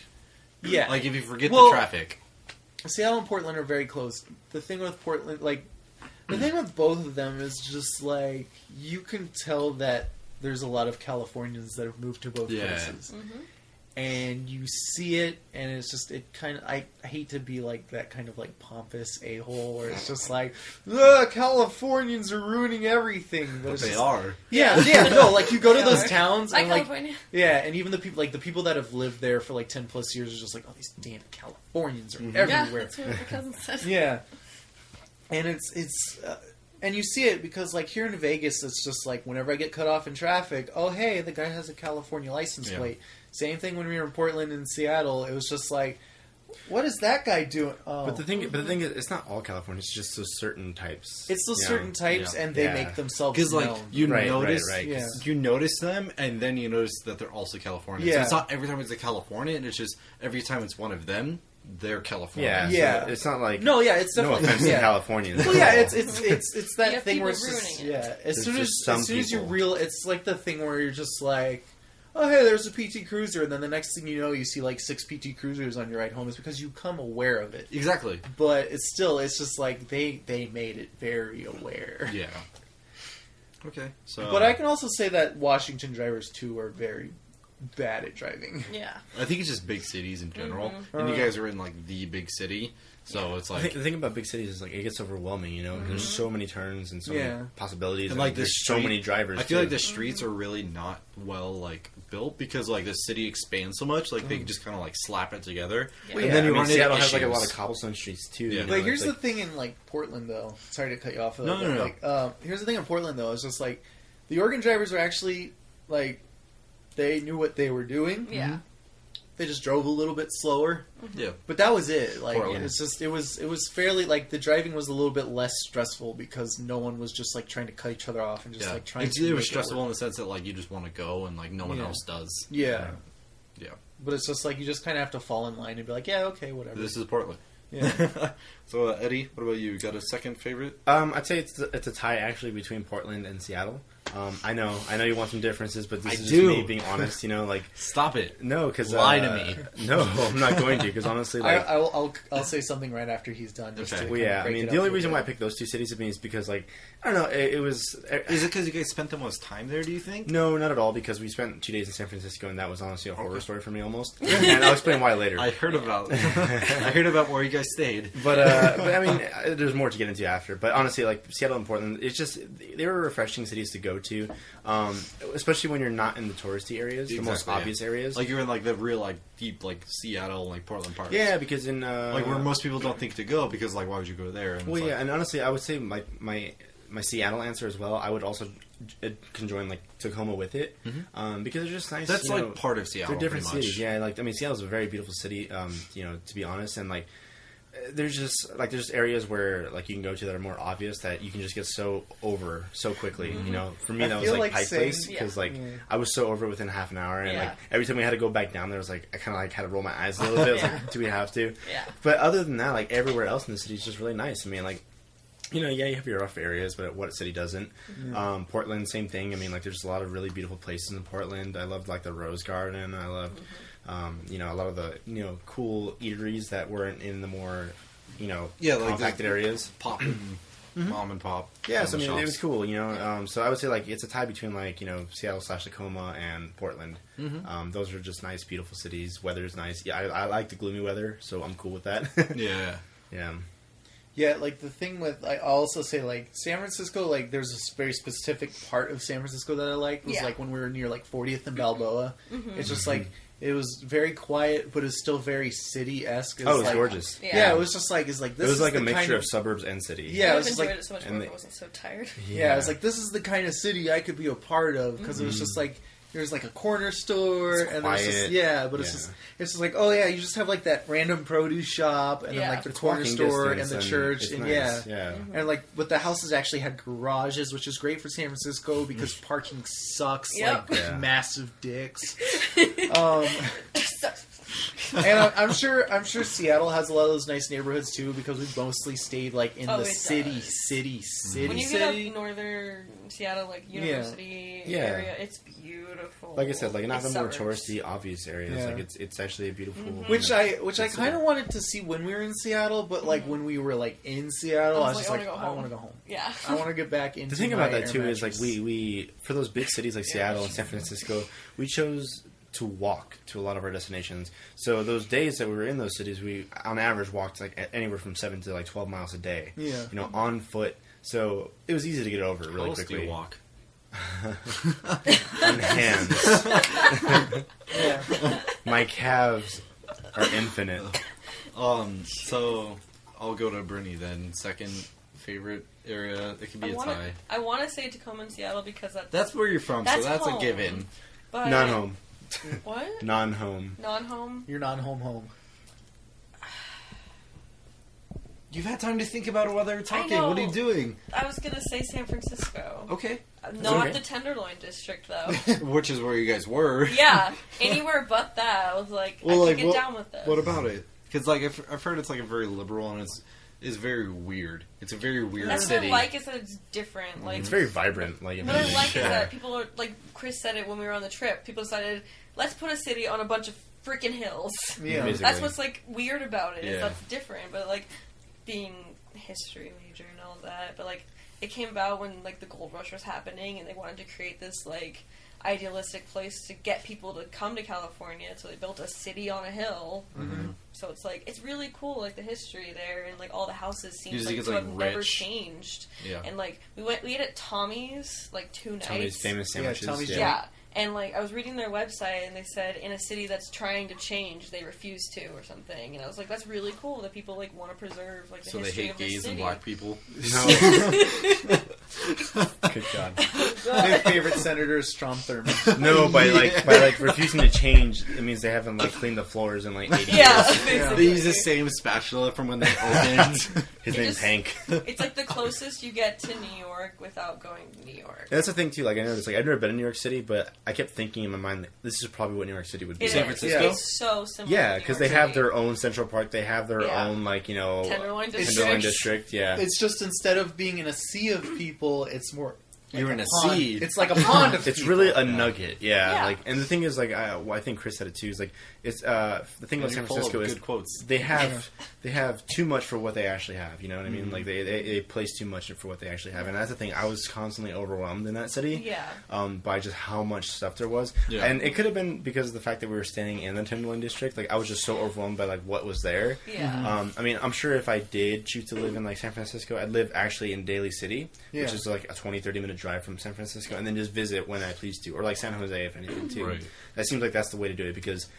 Yeah. Like if you forget Well- the traffic, Seattle and Portland are very close. The thing with Portland, like, the thing with both of them is just like you can tell that there's a lot of Californians that have moved to both Yeah. places, Mhm. and you see it, and it's just it kind of. I, I hate to be like that kind of like pompous a hole where it's just like, "Ugh, Californians are ruining everything. But but it's they just- are. Yeah, yeah, no, like you go to They those are. towns Like and like California. yeah, and even the people like the people that have lived there for like ten plus years are just like, oh, these damn Californians are Mm-hmm. Yeah, everywhere. that's what my cousin said. Yeah, and it's it's uh, and you see it because like here in Vegas, it's just like whenever I get cut off in traffic, oh hey, the guy has a California license Yeah. plate. Same thing when we were in Portland and Seattle. It was just like, what is that guy doing? Oh. But the thing, but the thing is, it's not all California. It's just those certain types. it's those you know? certain types, yeah. and they Yeah. make themselves Because like known. you Right, right, notice, right, 'cause- you notice them, and then you notice that they're also Californians. So Yeah. it's not every time it's a Californian. It's just every time it's one of them, they're Californian. Yeah, yeah. Yeah. So it's not like no, yeah, it's no definitely offense yeah. to Californians. Well, at yeah, all. it's it's it's it's that You have thing where it's people just, ruining it. yeah. As There's soon as just some as soon as you people. real, it's like the thing where you're just like, oh hey, there's a PT Cruiser, and then the next thing you know, you see like six PT Cruisers on your ride home. It's because you come aware of it, exactly. but it's still it's just like they they made it very aware. Yeah. Okay. So, But I can also say that Washington drivers too are very bad at driving. Yeah. I think it's just big cities in general, Mhm. and you guys are in like the big city, so it's I like think, the thing about big cities is like it gets overwhelming. You know, there's so many turns and so Mm-hmm. Yeah. many possibilities, And, like, the there's so street- many drivers. I feel like too. the streets are really not well like built because like the city expands so much, like they just kind of like slap it together, Yeah. and then Mm. I you mean, run Seattle into has like a lot of issues. cobblestone streets too. Yeah. you know, But it's, here's like, the thing in like Portland though. Sorry to cut you off. Though, No, but, no, no. Like, um, here's the thing in Portland though. It's just like the Oregon drivers are actually like they knew what they were doing. Yeah. They just drove a little bit slower, yeah. but that was it. Like Portland. it's just it was it was fairly like the driving was a little bit less stressful because no one was just like trying to cut each other off and just yeah. like trying. It's- to it was make stressful work. in the sense that like you just want to go and like no one Yeah. else does. Yeah. Yeah. But it's just like you just kind of have to fall in line and be like, yeah, okay, whatever. This is Portland. yeah. so uh, Eddie, what about you? You Got a second favorite? Um, I'd say it's it's a tie actually between Portland and Seattle. Um, I know, I know you want some differences, but this I is do. just me being honest. You know, like Stop it. no, because Lie to me. No, I'm not going to. Because honestly, I, like I'll, I'll I'll say something right after he's done. Just Okay. to Well, kinda yeah. I break mean, it the up only a reason bit. why I picked those two cities with me is because, like, I don't know, it, it was. Is it because you guys spent the most time there? Do you think? no, not at all. Because we spent two days in San Francisco, and that was honestly a horror Okay. story for me almost. and I'll explain why later. I heard about. I heard about where you guys stayed. but, uh, but I mean, uh, there's more to get into after. But honestly, like Seattle and Portland, it's just they were refreshing cities to go to, um, especially when you're not in the touristy areas, the most Exactly, yeah. obvious areas. Like you're in like the real like deep like Seattle like Portland parts. yeah, because in uh, Like where most people don't think to go because like why would you go there? And it's Well, like- yeah, and honestly, I would say my my my Seattle answer as well. I would also j- conjoin like Tacoma with it um, because it's just nice. Mm-hmm. that's you like know, part of Seattle. They're different pretty much. cities, yeah. Like I mean, Seattle's a very beautiful city, um, you know, to be honest. And like, uh, there's just like there's areas where like you can go to that are more obvious that you can just get so over so quickly. Mm-hmm. You know, for me I that was feel like, like Pike saying- Place because yeah. like Yeah. I was so over it within half an hour, and Yeah. like every time we had to go back down there, was like I kind of like had to roll my eyes a little bit. I was Yeah. like, do we have to? Yeah. But other than that, like everywhere else in the city is just really nice. I mean, like you know, yeah, you have your rough areas, but what city doesn't? Um, Portland, same thing. I mean, like, there's a lot of really beautiful places in Portland. I loved like the Rose Garden. I loved, Mm-hmm. um, you know, a lot of the you know cool eateries that weren't in the more, you know, Yeah, like compacted the- areas. Pop, mom and pop. Mm-hmm. Yeah, so I sandwich mean, it was shops. cool, you know. Um, so I would say like it's a tie between like you know Seattle slash Tacoma and Portland. Mm-hmm. Um, those are just nice, beautiful cities. Weather's nice. Yeah, I, I like the gloomy weather, so I'm cool with that. Yeah, yeah. Yeah, like the thing with I also say like San Francisco, like there's a very specific part of San Francisco that I liked was Yeah. like when we were near like 40th and Balboa. It's just Mm-hmm. like it was very quiet, but it's still very city esque. Oh, it was like, gorgeous. Yeah. Yeah. it was just like it's like It this was is like a the mixture kind of suburbs and city. I Yeah, it would have was just enjoyed like- it so much and more they- if I wasn't so tired. yeah, it's like this is the kind of city I could be a part of because it was just like there's like a corner store Mm-hmm. It's and there's just quiet. yeah, but it's Yeah. just it's just like oh yeah, you just have like that random produce shop and then Yeah. like the It's corner Walking store and distance, the church it's and nice, yeah. yeah. And like, but the houses actually had garages, which is great for San Francisco because parking sucks. Yep. Like Yeah. massive dicks. Um, and I'm, I'm sure, I'm sure Seattle has a lot of those nice neighborhoods too because we mostly stayed like in Oh, the it city, does. city, city, when you get city. up northern Seattle, like Yeah. university Yeah. area, it's beautiful. Like I said, like not It's the more suburbs. touristy, obvious areas. Yeah. Mm-hmm. Like it's it's actually a beautiful. which I, which I It's kind of a- wanted to see when we were in Seattle, but like when we were like in Seattle, I I was, was just like, like, I wanna go I home. want to go home. Yeah. I want to get back into. The thing about my that too air is like mattress. we we for those big cities like Seattle and San Francisco, we chose to walk to a lot of our destinations. So those days that we were in those cities, we on average walked like a- anywhere from seven to like twelve miles a day. Yeah. you know, on foot. So it was easy to get over it really How else do quickly. you walk? On hands, yeah. my calves are infinite. Um, so I'll go to Brittany then. Second favorite area. It could be I a wanna- tie. I want to say Tacoma and Seattle because that's, That's where you're from, That's so that's home. a given. but Non-home, What? non-home. Non-home. you're not home, home. You've had time to think about it while they were talking. What are you know. doing? I was gonna say San Francisco, Oh, Uh, Okay. not okay. the Tenderloin district though. Which is where you guys were. Oh. yeah, anywhere but that. I was like, Well, I like, can get what- down with this. What about it? Because like I've, I've heard it's like a very liberal and it's is very weird. It's a very weird That's what city. I like is that it's different. Like It's very vibrant. Like What I like yeah. is that people are like Chris said it when we were on the trip. People decided let's put a city on a bunch of freaking hills. Yeah. Amazing. That's what's like weird about it. Is Yeah. that's different, but like being a history major and all that, but like it came about when like the gold rush was happening and they wanted to create this like idealistic place to get people to come to California. So they built a city on a hill. Mhm. So it's like it's really cool, like the history there and like all the houses seem You just like, think it's, to like, have never rich. changed. Yeah. And like we went, we ate at Tommy's like two nights. Tommy's famous Yeah, sandwiches. Tommy's Yeah. yeah. And like I was reading their website and they said in a city that's trying to change, they refuse to or something. And I was like, that's really cool that people like want to preserve like the so they history hate of the gays city. and black people. No, good God. My favorite senator is Strom Thurmond. No, by Yeah. like by like refusing to change, it means they haven't like cleaned the floors in like eighty yeah, years. They basically. use the same spatula from when they opened. His It name's just- Hank. It's like the closest you get to New York without going to New York. Uh, That's the thing too. Like I noticed, like I've never been in New York City, but I kept thinking in my mind, like, this is probably what New York City would be. It San is. Francisco? It's so similar. Yeah, to New because they York have City. their own Central Park. They have their Yeah. own like you know Tenderloin district. Tenderloin district. Yeah, It's just instead of being in a sea of people, it's more. like You're in a pond. sea. It's like a pond of it's people. really a nugget. Yeah, Yeah. like and the thing is, like I, well, I think Chris said it too. Is like it's uh the thing You're about San full of Francisco is good quotes. they have they have too much for what they actually have. You know what I mean? Mm-hmm. Like they, they they place too much for what they actually have, and that's the thing. I was constantly overwhelmed in that city. Yeah. Um, by just how much stuff there was, Yeah. and it could have been because of the fact that we were staying in the Timberland district. Like I was just so overwhelmed by like what was there. Yeah. Um, I mean, I'm sure if I did choose to live in like San Francisco, I'd live actually in Daly City, Yeah. which is like a 20, 30 minute drive from San Francisco, and then just visit when I please to, or like San Jose if anything too. Right. That seems like that's the way to do it because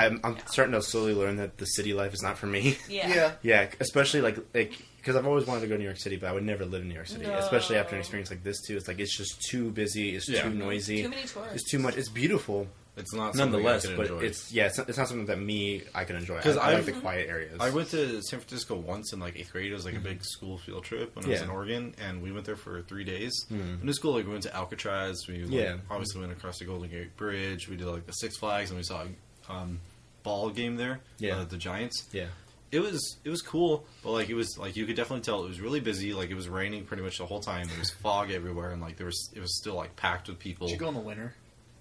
I'm, I'm starting to slowly learn that the city life is not for me. Yeah. Yeah. yeah, especially like like because I've always wanted to go to New York City, but I would never live in New York City, No. especially after an experience like this too. It's like it's just too busy, it's Yeah. too noisy, Too many tourists. it's too much. It's beautiful. It's not something Nonetheless, I could but enjoy. it's yeah, it's not, it's not something that me I can enjoy. 'Cause I, I like I've- the quiet areas. I went to San Francisco once in like eighth grade. It was like a big school field trip when I was Mm-hmm. Yeah. Mm-hmm. in Oregon, and we went there for three days. In the school, like we went to Alcatraz. We like, Yeah. obviously went across the Golden Gate Bridge. We did like the Six Flags, and we saw a um, ball game there. Yeah. uh, the Giants. yeah. It was it was cool, but like it was like you could definitely tell it was really busy. Like it was raining pretty much the whole time. There was fog everywhere, and like there was it was still like packed with people. Did you go in the winter?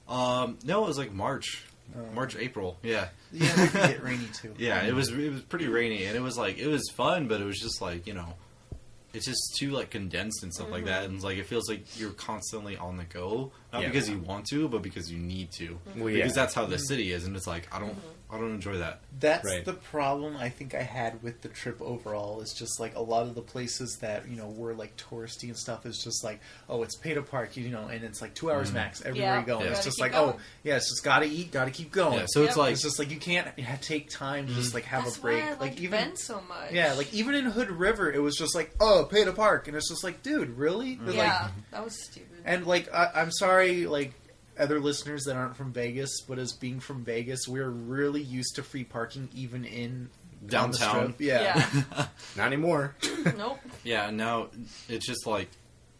Um, no, it was like March, Oh. March April. Yeah. Yeah, it can get rainy too. Yeah, it was it was pretty rainy, and it was like it was fun, but it was just like you know, Mm-hmm. it's just too like condensed and stuff like that, and like it feels like you're constantly on the go, Not Yeah. because you want to, but because you need to. Mm-hmm. Well, yeah. Mm-hmm. Because that's how the city is, and it's like I don't, I don't enjoy that. That's Right. the problem I think I had with the trip overall. Is just like a lot of the places that you know were like touristy and stuff is just like oh it's pay to park you know and it's like two hours max everywhere Yeah, you go. Mm-hmm. Yeah. And It's gotta just keep like oh going. yeah, it's just gotta eat, gotta keep going. Yeah, so Yep. it's like Mm-hmm. it's just like you can't ha- take time to just like have That's a break. why I liked like even Ben so much. yeah, like even in Hood River, it was just like oh pay to park, and it's just like dude really They're like, yeah, that was stupid. and like, I, I'm sorry, like other listeners that aren't from Vegas, but as being from Vegas, we're really used to free parking, even in on the downtown. Strip. Yeah. Not anymore. Yeah. nope. Yeah, and now it's just like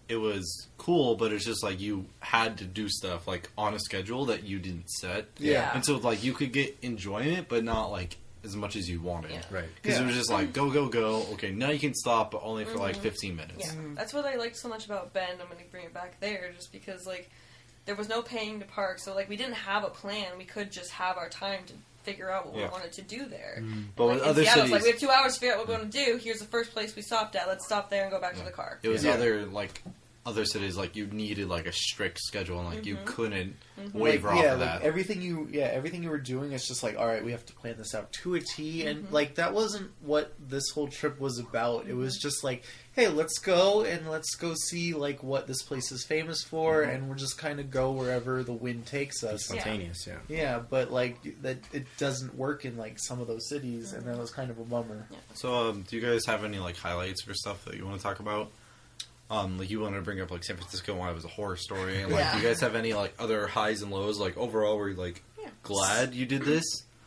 it was cool, but it's just like you had to do stuff like on a schedule that you didn't set. Yeah. And so like you could get enjoyment, but not like as much as you wanted. Yeah. Right. Because Yeah. it was just like go go go. Okay, now you can stop, but only for like 15 minutes. Mm-hmm. Yeah, that's what I liked so much about Ben. I'm going to bring it back there, just because like there was no paying to park, so like we didn't have a plan. We could just have our time to figure out what Yeah. Mm. we wanted to do there. But like, with in other Seattle, cities, it's like we have two hours to figure out what we're going to do. Here's the first place we stopped at. Let's stop there and go back to the car. it was Yeah. other like other cities like you needed like a strict schedule, and like you Mm-hmm. couldn't Like, waver off yeah, of like that. everything you, yeah, everything you were doing is just like, all right, we have to plan this out to a T, and like that wasn't what this whole trip was about. It was just like, hey, let's go and let's go see like what this place is famous for, Mm-hmm. and we'll just kind of go wherever the wind takes us. Spontaneous. Yeah. Yeah, but like that, it doesn't work in like some of those cities, and that was kind of a bummer. So, um, do you guys have any like highlights or stuff that you want to talk about? Um, like you wanted to bring up like San Francisco why it was a horror story. And, like, Yeah. do you guys have any like other highs and lows? Like overall, were you like Yeah. glad you did this?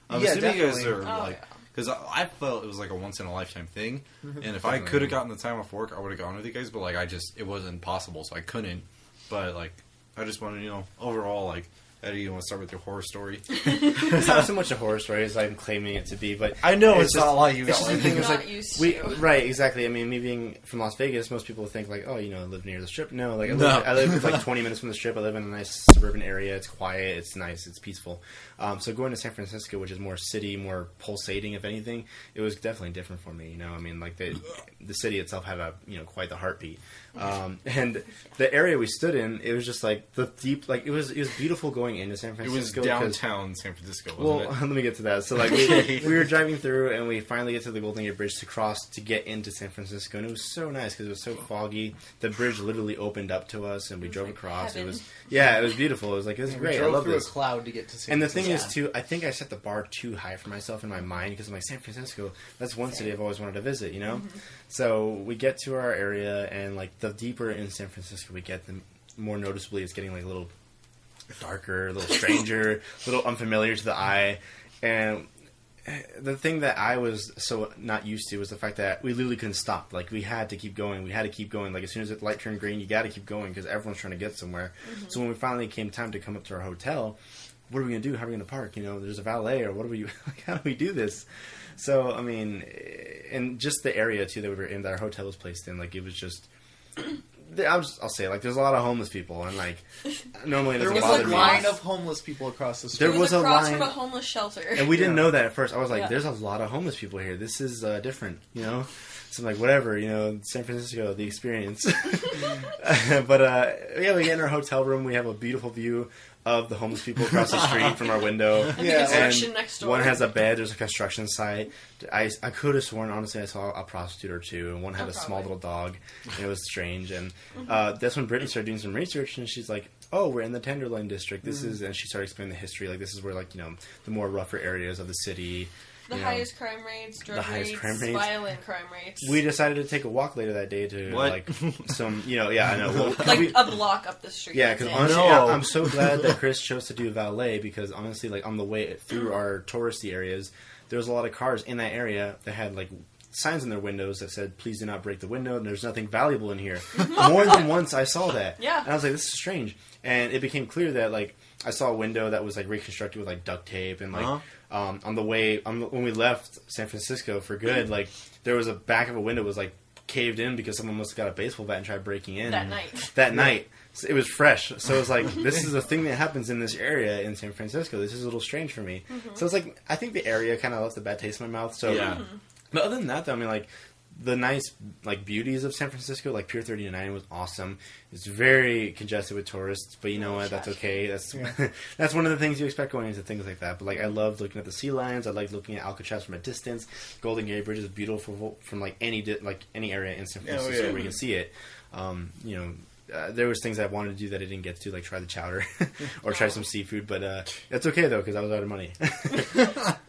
I'm Yeah, assuming you guys are definitely. Oh, like yeah. because I, I felt it was like a once in a lifetime thing. Mm-hmm. And if I could have gotten the time off work, I would have gone with you guys. But like I just it wasn't possible, so I couldn't. But like I just wanted to you know overall like Eddie, you want to start with your horror story? it's not so much a horror story as I'm claiming it to be, but I know it's, just- not like you it's got just like, the thing We're is not like used we to. right exactly. I mean, me being from Las Vegas, most people think like, oh, you know, I live near the Strip. No, like I live, No. I live like 20 minutes from the Strip. I live in a nice suburban area. It's quiet. It's nice. It's peaceful. Um, so going to San Francisco, which is more city, more pulsating, if anything, it was definitely different for me. You know, I mean, like the the city itself had a you know quite the heartbeat, um, and the area we stood in, it was just like the deep, like it was it was beautiful going into San it was Francisco. 'cause- downtown San Francisco. Wasn't well, it? let me get to that. So like we, we were driving through, and we finally get to the Golden Gate Bridge to cross to get into San Francisco, and it was so nice because it was so foggy. The bridge literally opened up to us, and we drove like across. It heaven. was yeah, it was beautiful. It was like this is We great. I drove love through this. a cloud to get to. San And the thing Francisco. is, too, I think I set the bar too high for myself in my mind because I'm like San Francisco. That's one city I've always wanted to visit, you know. Mm-hmm. So we get to our area, and like the deeper in San Francisco we get, the more noticeably it's getting like a little darker, a little stranger, a little unfamiliar to the eye. And the thing that I was so not used to was the fact that we literally couldn't stop. Like we had to keep going. We had to keep going. Like as soon as the light turned green, you got to keep going because everyone's trying to get somewhere. So when we finally came time to come up to our hotel, what are we gonna do? How are we gonna park? You know, there's a valet or what do we? Like, how do we do this? So I mean, and just the area too that we were in, that our hotel was placed in, like it was just. I'll, just, I'll say like there's a lot of homeless people and like normally it there doesn't was bother a me. line of homeless people across the There street. It was a across line- from a homeless shelter. And we didn't Yeah. know that at first. I was like, Yeah. "There's a lot of homeless people here. This is uh, different," you know. So I'm like, "Whatever, you know, San Francisco, the experience." Mm. but uh, yeah, we get in our hotel room. We have a beautiful view of the homeless people across the street from our window. the Yeah. construction next door. One has a bed. There's a construction site. I, I could have sworn, honestly, I saw a prostitute or two, and one had Oh, a small probably. little dog. And it was strange. And uh, that's when Brittany started doing some research, and she's like, "Oh, we're in the Tenderloin district. This Mm-hmm. is," and she started explaining the history. Like this is where, like you know, the more rougher areas of the city. the you know. highest crime rates, drug The highest rates, crime rates. violent crime rates. We decided to take a walk later that day to What? like some, you know, yeah, I know. Well, like we- a block up the street. Yeah, I'd because say. honestly, No. I- I'm so glad that Chris chose to do valet because honestly, like on the way through our touristy areas, there was a lot of cars in that area that had like signs in their windows that said "Please do not break the window." And there's nothing valuable in here. More than once, I saw that. Yeah. and I was like, "This is strange." And it became clear that like I saw a window that was like reconstructed with like duct tape and like Uh-huh. um, on the way on the, when we left San Francisco for Mm. good, like there was a back of a window was like caved in because someone must have got a baseball bat and tried breaking in That night. that night. So it was fresh. So it was like, this is a thing that happens in this area in San Francisco. This is a little strange for me. So it's like, I think the area kind of left a bad taste in my mouth. So, Mm-hmm. Yeah. but other than that, though, I mean, like, the nice like beauties of San Francisco, like Pier 39 was awesome. It's very congested with tourists, but you Oh, know what? That's okay. That's Yeah. that's one of the things you expect going into things like that. But like I loved looking at the sea lions. I liked looking at Alcatraz from a distance. Golden Gate Bridge is beautiful from like any di- like any area in San Oh, yeah. Francisco where you can see it. Um, you know, uh, there was things I wanted to do that I didn't get to, like try the chowder or try Oh. some seafood. But uh, that's okay though because I was out of money.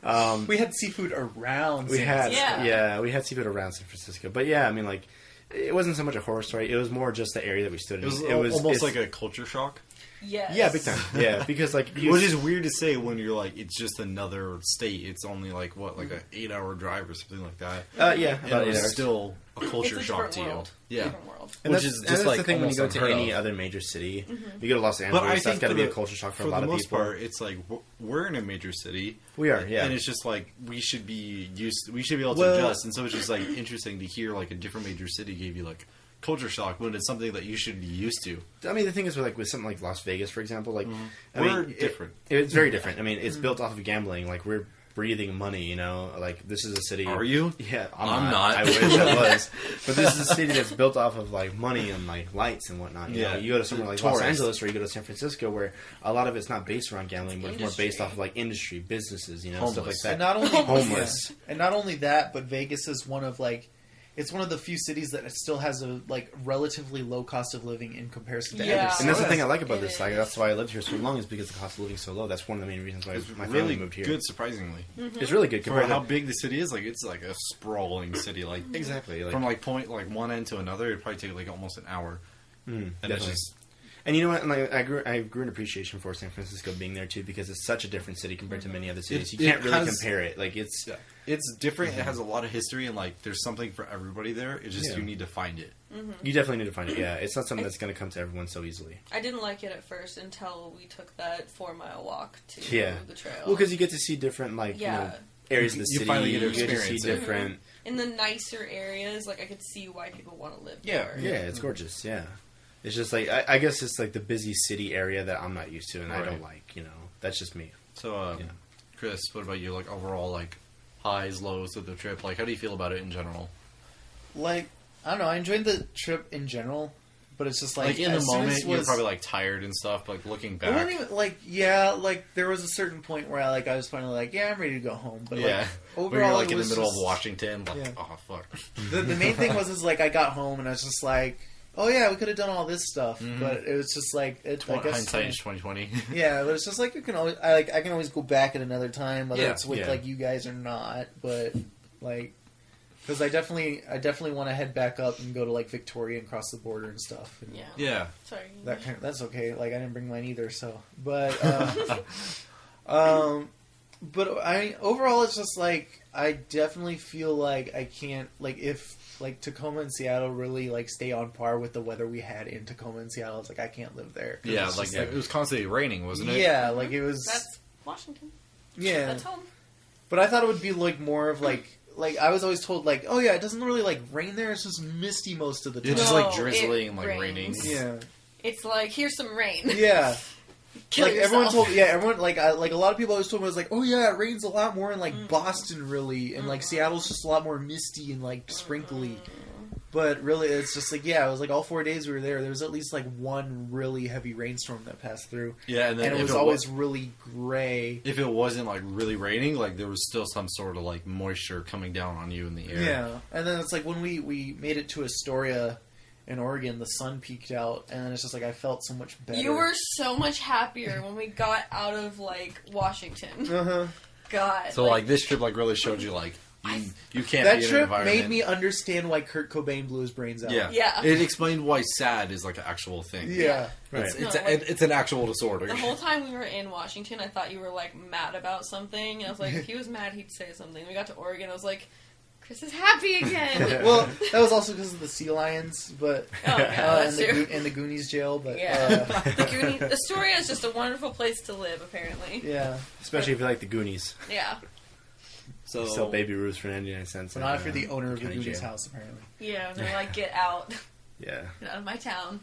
um, We had seafood around. we San had Francisco. yeah. Yeah. we had seafood around San Francisco, but yeah, I mean like it wasn't so much a horror story. It was more just the area that we stood in. It was, almost it's- like a culture shock. Yes. yeah, big time. Yeah, because like you- Which is weird to say when you're like, it's just another state. It's only like what, like an eight-hour drive or something like that. uh, yeah, And about it eight was hours. still a It's culture a shock different to world. you. Yeah, Different world. which and that's, is and just that's like the thing when you go almost to unheard any of. other major city, you go to Los But I Angeles. That's think got to for be the- a culture shock for, for a lot the of most people. part, it's like we're- we're in a major city. We are, yeah. and it's just like we should be used. We should be able to Well- adjust. And so it's just like interesting to hear like a different major city gave you like culture shock when it's something that you should be used to. I mean, the thing is, with like with something like Las Vegas, for example, like I Mm-hmm. We're mean, it- different. it's very different. I mean, it's built off of gambling. Like we're breathing money. You know, like this is a city. Are you? Yeah, I'm, I'm not. not. I wish I was. But this is a city that's built off of like money and like lights and whatnot. You Yeah. know, you go to somewhere like Los Tourists. Angeles or you go to San Francisco, where a lot of it's not based around gambling, but it's more based Industry. off of like industry, businesses, you know, Homeless. stuff like And that. not only Homeless. yeah. and not only that, but Vegas is one of like, it's one of the few cities that still has a like relatively low cost of living in comparison to Yeah. others. And that's the thing I like It about this. Like, is. that's why I lived here so long is because the cost of living is so low. That's one of the main reasons why It's my family really moved here. good, surprisingly, It's really good for compared how to big the city is. Like it's like a sprawling city. Like Hmm. exactly like from like point like one end to another, it'd probably take like almost an hour. Mm, And it's definitely. just And you know what? And I, I grew I grew an appreciation for San Francisco being there too because it's such a different city compared to many other cities. you it can't really has- compare it. Like it's yeah, it's different. It has a lot of history, and like there's something for everybody there. It's just Hmm. Yeah. you need to find it. you definitely need to find it. Yeah, it's not something that's going to come to everyone so easily. I didn't like it at first until we took that four mile walk to Yeah. the trail. Well, because you get to see different like you Oh. Yeah. know areas of the You city. finally get to see experience it. different. in the nicer areas, like I could see why people want to live Yeah. there. Yeah, it's gorgeous. Yeah, it's just like I, I guess it's like the busy city area that I'm not used to and I don't Right. like. You know, that's just me. So, um, Yeah. Chris, what about you? Like overall, like highs, lows of the trip. Like, how do you feel about it in general? Like I don't know, I enjoyed the trip in general, but it's just like, Like, in the as soon as moment, it you're was- probably like tired and stuff. But, like looking It wasn't back, even- like yeah, like there was a certain point where I like I was finally like yeah I'm ready to go home, but yeah, when like you're overall like it in the was middle just- of Washington, like Yeah. oh fuck, the, the main thing was is like I got home and I was just like oh yeah we could have done all this stuff, Mhm. but it was just like it, I Well, guess hindsight is twenty twenty. Yeah, but it's just like you can always I like I can always go back at another time, whether Yeah, it's with yeah. like you guys or not. But like, because I definitely I definitely want to head back up and go to like Victoria and cross the border and stuff. And Yeah. yeah, Sorry. That kind of, that's okay. Like I didn't bring mine either, so but uh, um, but I overall it's just like I definitely feel like I can't like if. Like Tacoma and Seattle really like stay on par with the weather we had in Tacoma and Seattle. It's like I can't live there. 'Cause yeah. it's Like just, it was constantly raining, wasn't it? yeah, like it was. That's Washington. yeah, That's home. But I thought it would be like more of like like I was always told like oh yeah it doesn't really like rain there it's just misty most of the time. It's just No, like drizzling it and like rains. raining. yeah It's like here's some rain. yeah Kill like yourself. everyone told yeah everyone like I, like a lot of people always told me I was like oh yeah it rains a lot more in like Mm. Boston really and like Mm-hmm. Seattle's just a lot more misty and like sprinkly. But really, it's just like yeah. It was like all four days we were there. There was at least like one really heavy rainstorm that passed through, Yeah, and then and it if was wa- always really gray. if it wasn't like really raining, like there was still some sort of like moisture coming down on you in the air. Yeah, and then it's like when we we made it to Astoria in Oregon, the sun peaked out, and then it's just like I felt so much better. You were so much happier when we got out of like Washington. Uh huh. God. So like this trip like really showed you like you, you can't That be in an trip environment. made me understand why Kurt Cobain blew his brains out. yeah. Yeah. It explained why sad is like an actual thing. Yeah. Right. It's, it's, No, a- like- it's an actual disorder. the whole time we were in Washington, I thought you were like mad about something. I was like, if he was mad, he'd say something. We got to Oregon, I was like, Chris is happy again. Well, that was also because of the sea lions, but oh, yeah, uh, and, that's the, true. Goo- and the Goonies jail, but Yeah. uh, the Goonies, Astoria is just a wonderful place to live, apparently. yeah. Especially if you like the Goonies. Yeah. So, Sell Baby Ruth for 99 cents. But not at, if you're the uh, owner of the county Goonies jail. house, apparently. Yeah, and they're like, get out. Yeah. Get out of my town.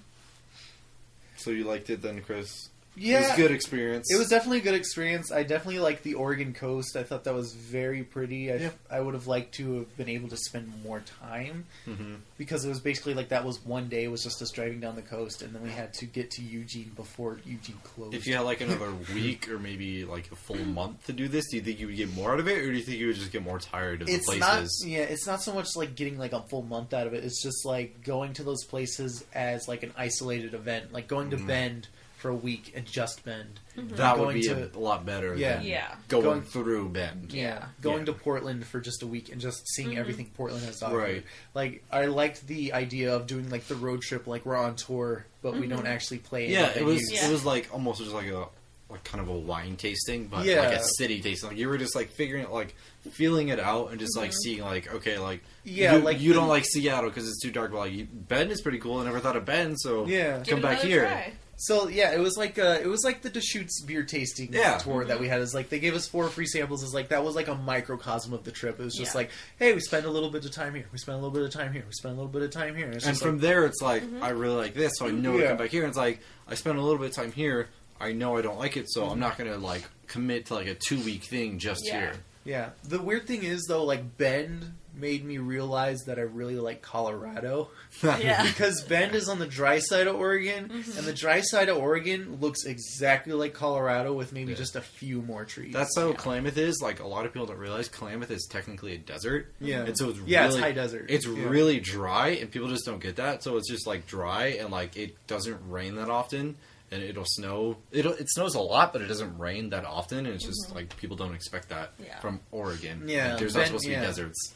so you liked it then, Chris? yeah, It was a good experience. It was definitely a good experience. I definitely liked the Oregon coast. I thought that was very pretty. I, Yeah. I would have liked to have been able to spend more time Mhm. because it was basically like that was one day was just us driving down the coast, and then we had to get to Eugene before Eugene closed. If you had like another week or maybe like a full month to do this, do you think you would get more out of it, or do you think you would just get more tired of it's the not places? yeah, it's not so much like getting like a full month out of it. It's just like going to those places as like an isolated event, like going to Mhm. Bend for a week and just Bend. that would going be to- a lot better. Yeah. than Yeah. going, Going- through Bend. Yeah. Yeah. Going Yeah. to Portland for just a week and just seeing everything Portland has to offer. Right. Like I liked the idea of doing like the road trip like we're on tour but we don't actually play Yeah, any it was venues. Yeah. it was like almost just like a like kind of a wine tasting, but Yeah. like a city tasting. Like you were just like figuring it, like feeling it out, and just Mm-hmm. like seeing like okay, like Yeah, you, like you the- don't like Seattle because it's too dark, but like you, Bend is pretty cool. I never thought of Bend, so Yeah. Give come it back another here. try. So yeah, it was like uh it was like the Deschutes beer tasting Yeah. tour that we had. Is like they gave us four free samples. Is like that was like a microcosm of the trip. It was just Yeah. like, hey, we spend a little bit of time here, we spend a little bit of time here, we spend a little bit of time here. It's and just from like, there, it's like Mm-hmm. I really like this, so I know Yeah. to come back here. And it's like I spent a little bit of time here. I know I don't like it, so I'm not gonna like commit to like a two week thing just Mm-hmm. Yeah. here. yeah. The weird thing is though, like Bend made me realize that I really like Colorado. Yeah. Mm-hmm. because Bend is on the dry side of Oregon, and the dry side of Oregon looks exactly like Colorado with maybe Yeah. just a few more trees. That's how Klamath is. Like a lot of people don't realize Klamath is technically a desert. Yeah. and so it's Yeah, it's really, high desert. It's Yeah. really dry, and people just don't get that. So it's just like dry, and like it doesn't rain that often, and it'll snow. It'll, it snows a lot, but it doesn't rain that often, and it's just like people don't expect that Mm-hmm. Yeah. from Oregon. Yeah, Like, there's Ben- not supposed to yeah. be deserts.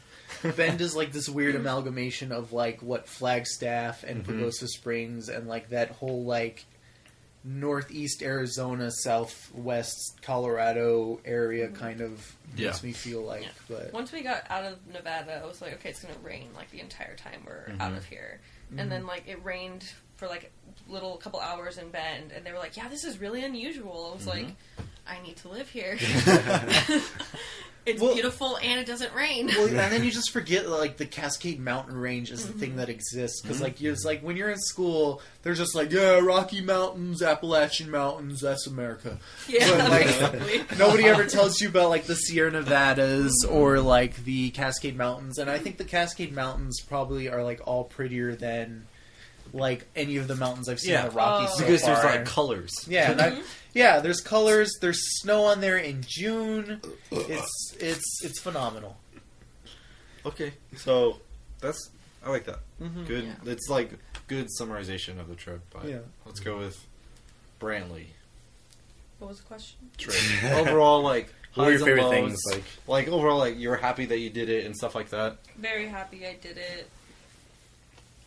Bend is like this weird amalgamation of like what Flagstaff and Pagosa Springs and like that whole like northeast Arizona, southwest Colorado area kind of Yeah. makes me feel like. Yeah. But Once we got out of Nevada, I was like, okay, it's gonna rain like the entire time we're out Mm-hmm. of here. Mm-hmm. And then like it rained for like little couple hours in Bend, and they were like, yeah, this is really unusual. I was like, Mm-hmm. I need to live here. it's Well- beautiful and it doesn't rain. Well, and then you just forget like the Cascade Mountain Range is the thing that exists because like it's like when you're in school, they're just like yeah, Rocky Mountains, Appalachian Mountains, that's America. yeah, like- basically. Nobody ever tells you about like the Sierra Nevadas or like the Cascade Mountains, and I think the Cascade Mountains probably are like all prettier than like any of the mountains I've seen Yeah. in the Rockies. Oh. so because there's far. like colors. Yeah, and I, yeah. There's colors. There's snow on there in June. It's it's it's phenomenal. Okay, so that's I like that. Mhm. Good. Mm-hmm. Yeah. It's like good summarization of the trip. But Yeah. let's go with Brantley. What was the question? Trip overall, like What were your highs and favorite lows, things, like- like overall, like you were happy that you did it and stuff like that. Very happy I did it.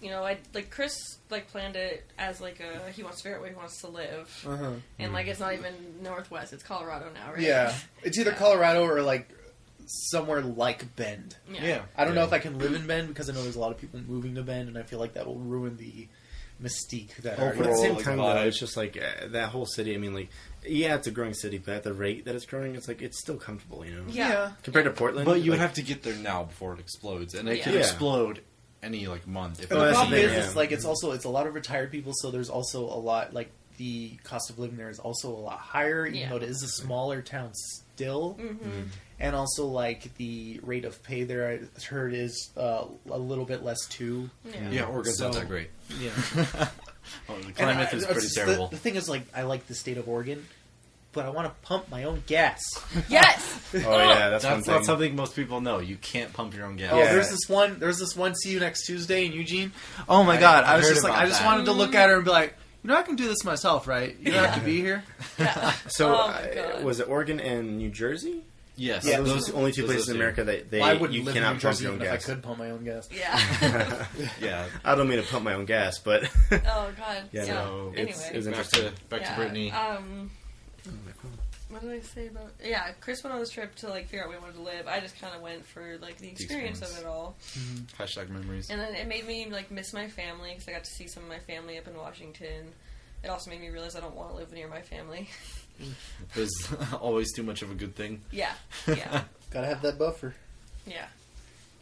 You know, I like Chris like planned it as like a he wants to figure out where he wants to live, Uh-huh. and like it's not even Northwest, it's Colorado now, right? Yeah, it's either Colorado or like somewhere like Bend. Yeah. I don't know Yeah. if I can live in Bend because I know there's a lot of people moving to Bend, and I feel like that will ruin the mystique that. But at Oh, the I already- Overall, same like, time, though, vibe. it's just like uh, that whole city. I mean, like, yeah, it's a growing city, but at the rate that it's growing, it's like it's still comfortable, you know, Yeah. yeah, compared to Portland. But you would like, have to get there now before it explodes, and it Yeah. can Yeah. explode any like month. If And Well, that's the it's the problem thing, is, yeah. is like it's also it's a lot of retired people, so there's also a lot like the cost of living there is also a lot higher, even Yeah. though it is a smaller town still, mm. Mm-hmm. and also like the rate of pay there I heard is uh, a little bit less too. Yeah. yeah, Oregon's not So- that great. Yeah. Oh, the And climate I- is it's pretty just the- terrible. The, thing is, like, I like the state of Oregon, but I want to pump my own gas. Yes. Oh yeah, That's that's, one not thing. something most people know. You can't pump your own gas. Oh, Yeah. there's this one. There's this one. See you next Tuesday in Eugene. Oh my I- God! I I, was heard just like, about I just that. wanted to look at her and be like, you know, I can do this myself, right? You don't have to be here. Yeah. So Oh, my uh, God. was it Oregon and New Jersey? Yes, Yeah, those, are the only two those places are in the two. America that they I wouldn't you live cannot in New Jersey pump even your own if I gas. could pump my own gas. Yeah. Yeah. I don't mean to pump my own gas, but oh god. Yeah, Yeah. no, anyway. it's- it was Back interesting. to back yeah. to Brittany. Um, what did I say about? Yeah, Chris went on this trip to like figure out where he wanted to live. I just kind of went for like the experience, experience. of it all, Hashtag memories. and then it made me like miss my family because I got to see some of my family up in Washington. It also made me realize I don't want to live near my family. There's always too much of a good thing. yeah. Yeah. Gotta have that buffer. Yeah.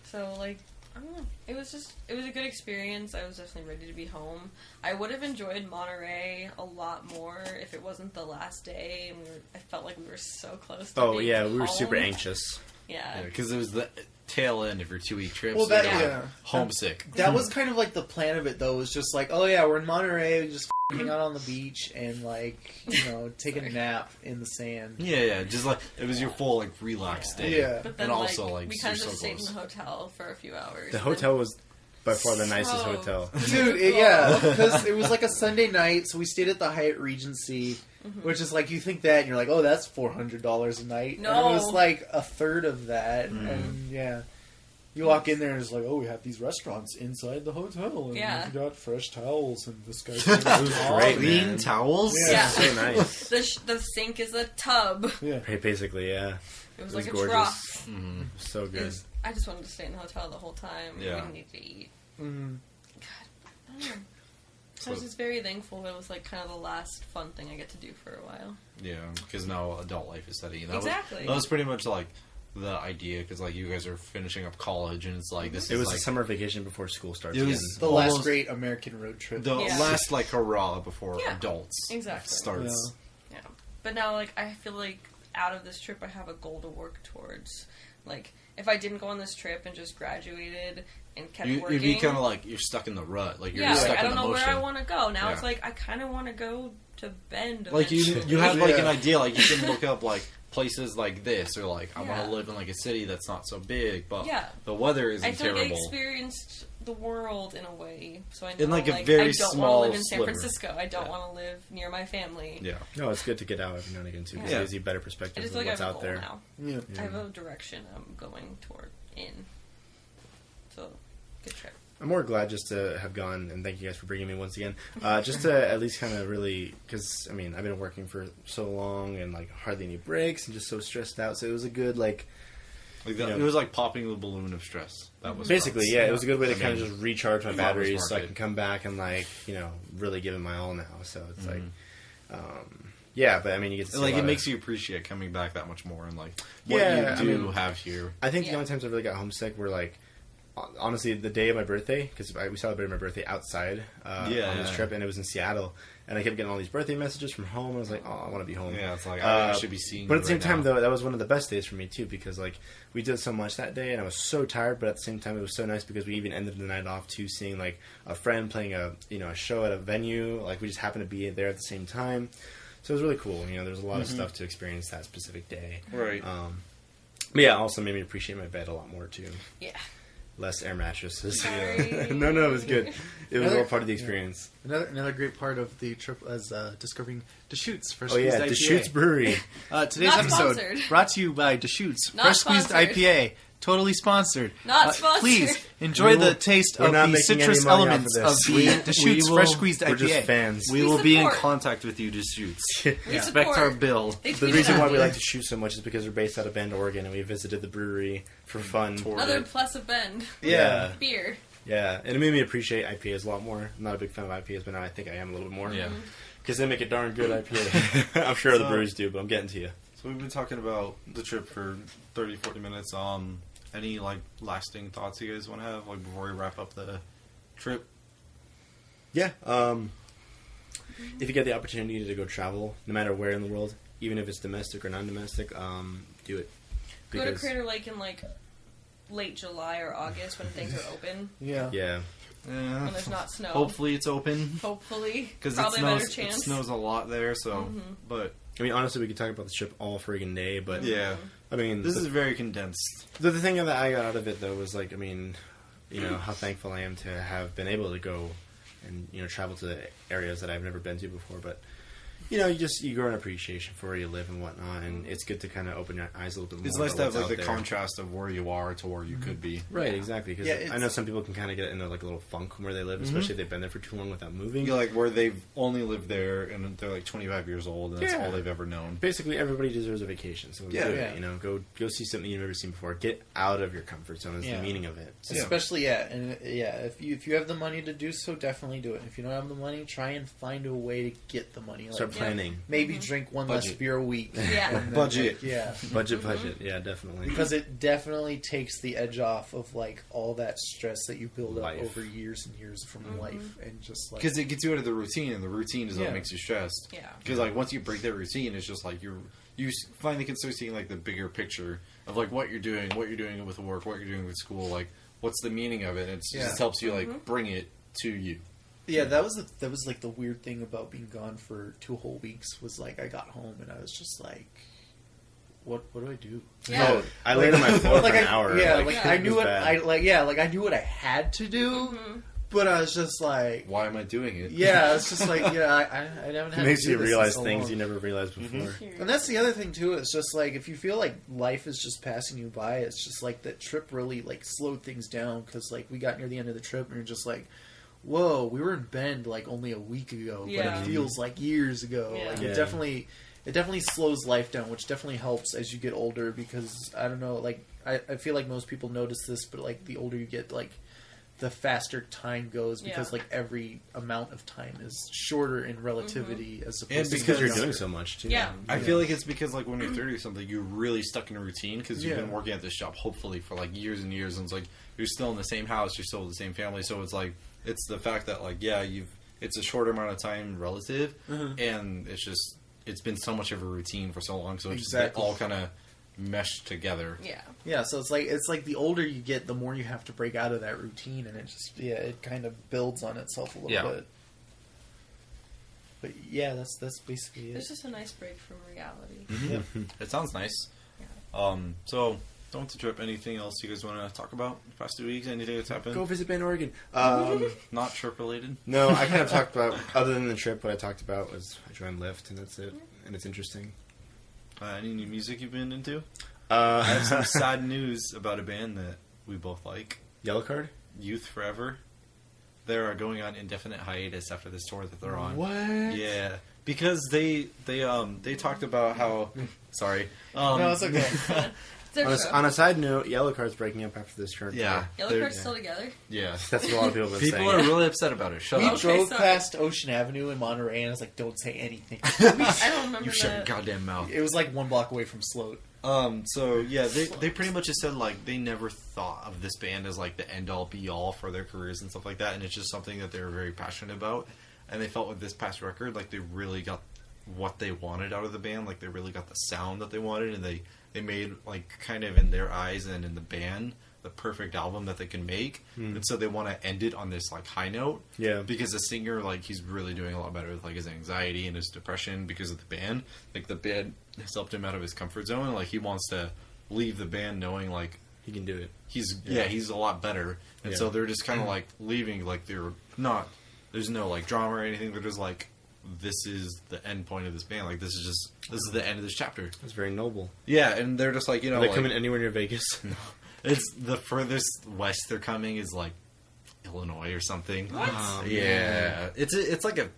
So like I don't know. It was just it was a good experience. I was definitely ready to be home. I would have enjoyed Monterey a lot more if it wasn't the last day and we were I felt like we were so close to Oh being yeah, we were super home. anxious. Yeah. Because it was the tail end of your two week trip. Well, so that- you're, like, yeah. homesick. That was kind of like the plan of it, though. Was just like, oh yeah, we're in Monterey, we just f- hang out on the beach and like you know take a nap in the sand. Yeah, yeah. Just like it was your full like relax day. Yeah. But then And also, like, like, we you're kind of so just stayed in close. the hotel for a few hours. The and hotel was by far the nicest So- hotel. Dude, it, yeah, because it was like a Sunday night, so we stayed at the Hyatt Regency, Mm-hmm. which is like you think that and you're like, oh, that's four hundred dollars a night. and No. it was like a third of that, and yeah. You walk in there and it's like, oh, we have these restaurants inside the hotel, and Yeah. we've got fresh towels, and this guy's great, Clean man. towels. Yeah. so nice. The, sh- the sink is a tub. It Yeah, Right, Basically, yeah, was, It was like a gorgeous. trough. Mm-hmm. so It good. was- I just wanted to stay in the hotel the whole time. Yeah. We didn't need to eat. Mhm. I don't know. So I was So- just very thankful that it was like kind of the last fun thing I get to do for a while. Yeah, because now adult life is setting. in. That Exactly. Was, that was pretty much like the idea because like you guys are finishing up college and it's like this. It is, was like, the summer vacation before school starts It was again. the last Almost- great American road trip. the Yeah. last like hurrah before Yeah, adults exactly. starts. Yeah. But now, like, I feel like out of this trip, I have a goal to work towards. Like, if I didn't go on this trip and just graduated and kept You, working, you'd be kind of like you're stuck in the rut. Like you're yeah, just stuck like, I don't in the know motion. where I want to go. Now it's Yeah. like I kind of want to go to Bend. like you, eventually. you have like Yeah. an idea. Like you can look up like places like this or like I want Yeah. to live in like a city that's not so big, but Yeah. the weather isn't I feel like I terrible. experienced the world in a way, so I know In, like, a I very don't small want to live in San sliver. Francisco. I don't Yeah. want to live near my family. yeah, No, it's good to get out every now and again too. 'cause Yeah. It gives you a better I perspective just of feel like what's I have a out goal there. now. Yeah. Yeah. I have a direction I'm going toward in. So, good trip. I'm more glad just to have gone, and thank you guys for bringing me once again. Uh, just to at least kind of really, because I mean, I've been working for so long and like hardly any breaks and just so stressed out. So it was a good like, like that, Yeah. it was like popping the balloon of stress. That was basically, us. yeah, it was a good way to I kind of mean, just recharge my farmer's batteries so I market. can come back and like you know really give it my all now. So it's like, um, yeah, but I mean, you get to see And, Mm-hmm. like a lot it of- makes you appreciate coming back that much more and like what Yeah, I you do mean- have here. I think Yeah. the only times I really got homesick were like, hon- honestly, the day of my birthday because we celebrated my birthday outside uh, Yeah. on this trip, and it was in Seattle, and I kept getting all these birthday messages from home. And I was like, oh, I want to be home. Yeah, it's like I Uh, should be seeing. But you at the same right time, now. though, that was one of the best days for me too because like we did so much that day, and I was so tired. But at the same time, it was so nice because we even ended the night off too, seeing like a friend playing a you know a show at a venue. Like we just happened to be there at the same time, so it was really cool. You know, there's a lot of stuff to experience that specific day. Mm-hmm. right? Um, but yeah, also made me appreciate my bed a lot more too. Yeah. Less air mattresses. Sorry. no, no, it was good. It was Another- all part of the experience. Another another great part of the trip was uh, discovering Deschutes fresh Oh squeezed yeah, IPA. Deschutes Brewery. Uh, today's Not episode sponsored. brought to you by Deschutes Not fresh squeezed sponsored. IPA. Totally sponsored. Not Uh, sponsored. Please enjoy We will- the taste we're of not the making any citrus money off elements of of, this. We- the we Deschutes will- fresh squeezed We're just IPA. fans. we We will be in support. contact with you, Deschutes. We Expect our support. bill. They the tweeted reason at why we me. like to shoot so much is because we're based out of Bend, Oregon, and we visited the brewery Mm, for fun. Tour. Another plus of Ben. Yeah, Beer. yeah, and it made me appreciate IPAs a lot more. I'm not a big fan of IPAs, but now I think I am a little bit more. Yeah. because they make a darn good IPA. I'm sure So- other breweries do, but I'm getting to you. So we've been talking about the trip for 30, 40 minutes. Um, any like lasting thoughts you guys want to have like before we wrap up the trip? Yeah. Um, if you get the opportunity to go travel, no matter where in the world, even if it's domestic or non-domestic, um, do it. Go to Crater Lake in like late July or August when things are open. Yeah. Yeah. When there's not snow. Eh, Hopefully it's open Hopefully. because it Probably a better snows. It chance. Mm-hmm. snows a lot there, so but I mean, honestly, we could talk about this trip all friggin' day, but yeah, I mean, this the, is very condensed. the, the thing that I got out of it though was like, I mean, you know, how thankful I am to have been able to go and you know travel to areas that I've never been to before, but. You know, you just you grow an appreciation for where you live and whatnot, and it's good to kind of open your eyes a little bit more. It's Mm-hmm. nice about to have what's like the out there. contrast of where you are to where you could be. Right, exactly. Because Yeah, I it's- Mm-hmm. know some people can kind of get into like a little funk from where they live, especially if they've been there for too long without moving. You know, like where they've only lived there and they're like 25 years old and that's Yeah. all they've ever known. Basically, everybody deserves a vacation, so Yeah. do Yeah. it. You know, go go see something you've never seen before. Get out of your comfort zone is Yeah. the meaning of it. So, Especially yeah, and yeah, if you if you have the money to do so, definitely do it. If you don't have the money, try and find a way to get the money. Like, Start planning. Maybe drink one less Budget. beer a week. Mm-hmm. Yeah. And then, Budget. like, yeah. Budget, budget. Yeah, definitely. Because it definitely takes the edge off of like all that stress that you build Life. up over years and years from life, and just like because it gets you out of the routine, and the routine is Yeah. what makes you stressed. Yeah. Because like once you break that routine, it's just like you're you s- finally can start seeing like the bigger picture of like what you're doing, what you're doing with work, what you're doing with school, like what's the meaning of it. It Yeah. Mm-hmm. just helps you like bring it to you. yeah, that was the, that was like the weird thing about being gone for two whole weeks was like I got home and I was just like, what what do I do? Yeah. Oh, I laid on my floor for Like, an I- hour. Yeah, like, like, I it knew was what bad. I like. Yeah, like I knew what I had to do, Mm-hmm. but I was just like, Why am I doing it? yeah, it's just like yeah, I, I, I haven't. Had It makes to you do this Mm-hmm. in realize so things long. you never realized before. And that's the other thing too. It's just like if you feel like life is just passing you by, it's just like that trip really like slowed things down because like we got near the end of the trip and you're just like, whoa, we were in Bend like only a week ago, Yeah. but it feels like years ago. Yeah. Like Yeah. it definitely, it definitely slows life down, which definitely helps as you get older because I don't know, like I, I feel like most people notice this, but like the older you get, like the faster time goes because Yeah. Mm-hmm. like every amount of time is shorter in relativity as opposed And to Because you're younger. doing so much too. Yeah. I feel like it's because like when you're 30 or something, you're really stuck in a routine because you've Yeah. been working at this job hopefully for like years and years, and it's like you're still in the same house, you're still with the same family, so it's like it's the fact that like yeah, you've it's a short amount of time relative, and it's just it's been so much of a routine for so long, so it's just Exactly. all kind of meshed together. Yeah. Yeah, so it's like it's like the older you get, the more you have to break out of that routine, and it just yeah, it kind of builds on itself a little Yeah. bit. But yeah, that's that's basically It's it. just a nice break from reality. Yeah. It sounds nice. Um, so don't to trip. Anything else you guys want to talk about the past two weeks? Anything that's happened? Go visit Bend, Oregon. Um, Not trip related. no, I kind of talked about other than the trip. What I talked about was I joined Lyft, and that's it. And it's interesting. Uh, any new music you've been into? Uh, I have some sad news about a band that we both like, yellow card. Youth Forever. They are going on indefinite hiatus after this tour that they're on. What? Yeah, because they they um they talked about how sorry um, No, it's okay. It's their On a, show. on a side note, yellow card's breaking up after this current yeah tour. Yellow they're- card's still together. yeah That's what a lot of people have been people are saying. really upset about it. Shut We up. Okay, drove sorry. past Ocean Avenue in Monterey, and I was like, "Don't say anything." I don't remember You shut your that. goddamn mouth. it was like one block away from Sloat. Um. So yeah, they they pretty much just said like they never thought of this band as like the end all be all for their careers and stuff like that, and it's just something that they were very passionate about, and they felt with this past record like they really got what they wanted out of the band, like they really got the sound that they wanted, and they they made like kind of in their eyes and in the band the perfect album that they can make, and so they want to end it on this like high note, Yeah. because the singer like he's really doing a lot better with like his anxiety and his depression because of the band like the band has helped him out of his comfort zone like he wants to leave the band knowing like He can do it. he's yeah, Mm-hmm. he's a lot better and so Yeah. they're just kind of like leaving like they're not there's no like drama or anything they're just like this is the end point of this band like this is just this is the end of this chapter It's very noble. yeah and they're just like you know Are they like, coming anywhere near Vegas? it's the furthest west they're coming is like Illinois or something. What? Um, yeah, it's a, it's like a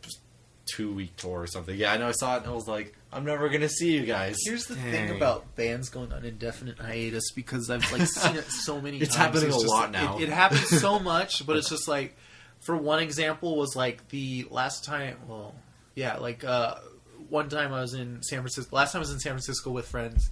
two week tour or something. Yeah, I know. I saw it and I was like, I'm never gonna see you guys. Here's the Dang. thing about bands going on indefinite hiatus because I've like seen it so many It's times. happening a just lot like- now. It, it happens so much, but it's just like for one example was like the last time well yeah, like uh one time I was in San Francisco last time I was in San Francisco with friends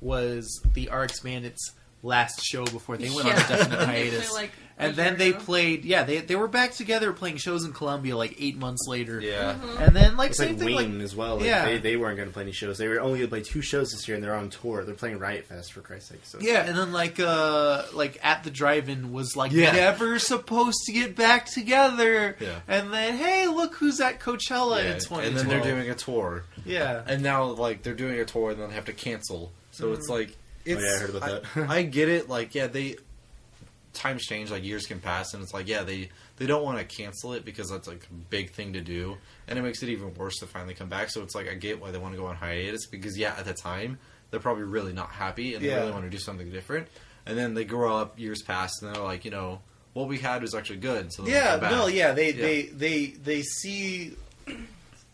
was the RX Bandits last show before they went on Yeah. indefinite They play, hiatus. like, a and then year they ago. played yeah, they they were back together playing shows in Columbia like eight months later. yeah, And then like It's same like thing like Ween as well. Like, Yeah. they, they weren't going to play any shows. They were only going to play two shows this year, and they're on tour. They're playing Riot Fest for Christ's sake. So Yeah, and then like uh like at the drive-in was like Yeah. never supposed to get back together. Yeah. And then hey, look who's at Coachella Yeah, in 2012. and then they're doing a tour, yeah. and now like they're doing a tour and then have to cancel. So it's like, it's, Mm-hmm. Oh, yeah, I heard about that. I get it. Like, yeah, they times change. Like years can pass, and it's like, yeah, they they don't want to cancel it because that's like a big thing to do, and it makes it even worse to finally come back. So it's like I get why they want to go on hiatus because yeah, at the time they're probably really not happy and they Yeah. really want to do something different, and then they grow up, years pass, and they're like, you know, what we had was actually good. So they wanna Yeah, come back. no, yeah, they they they they see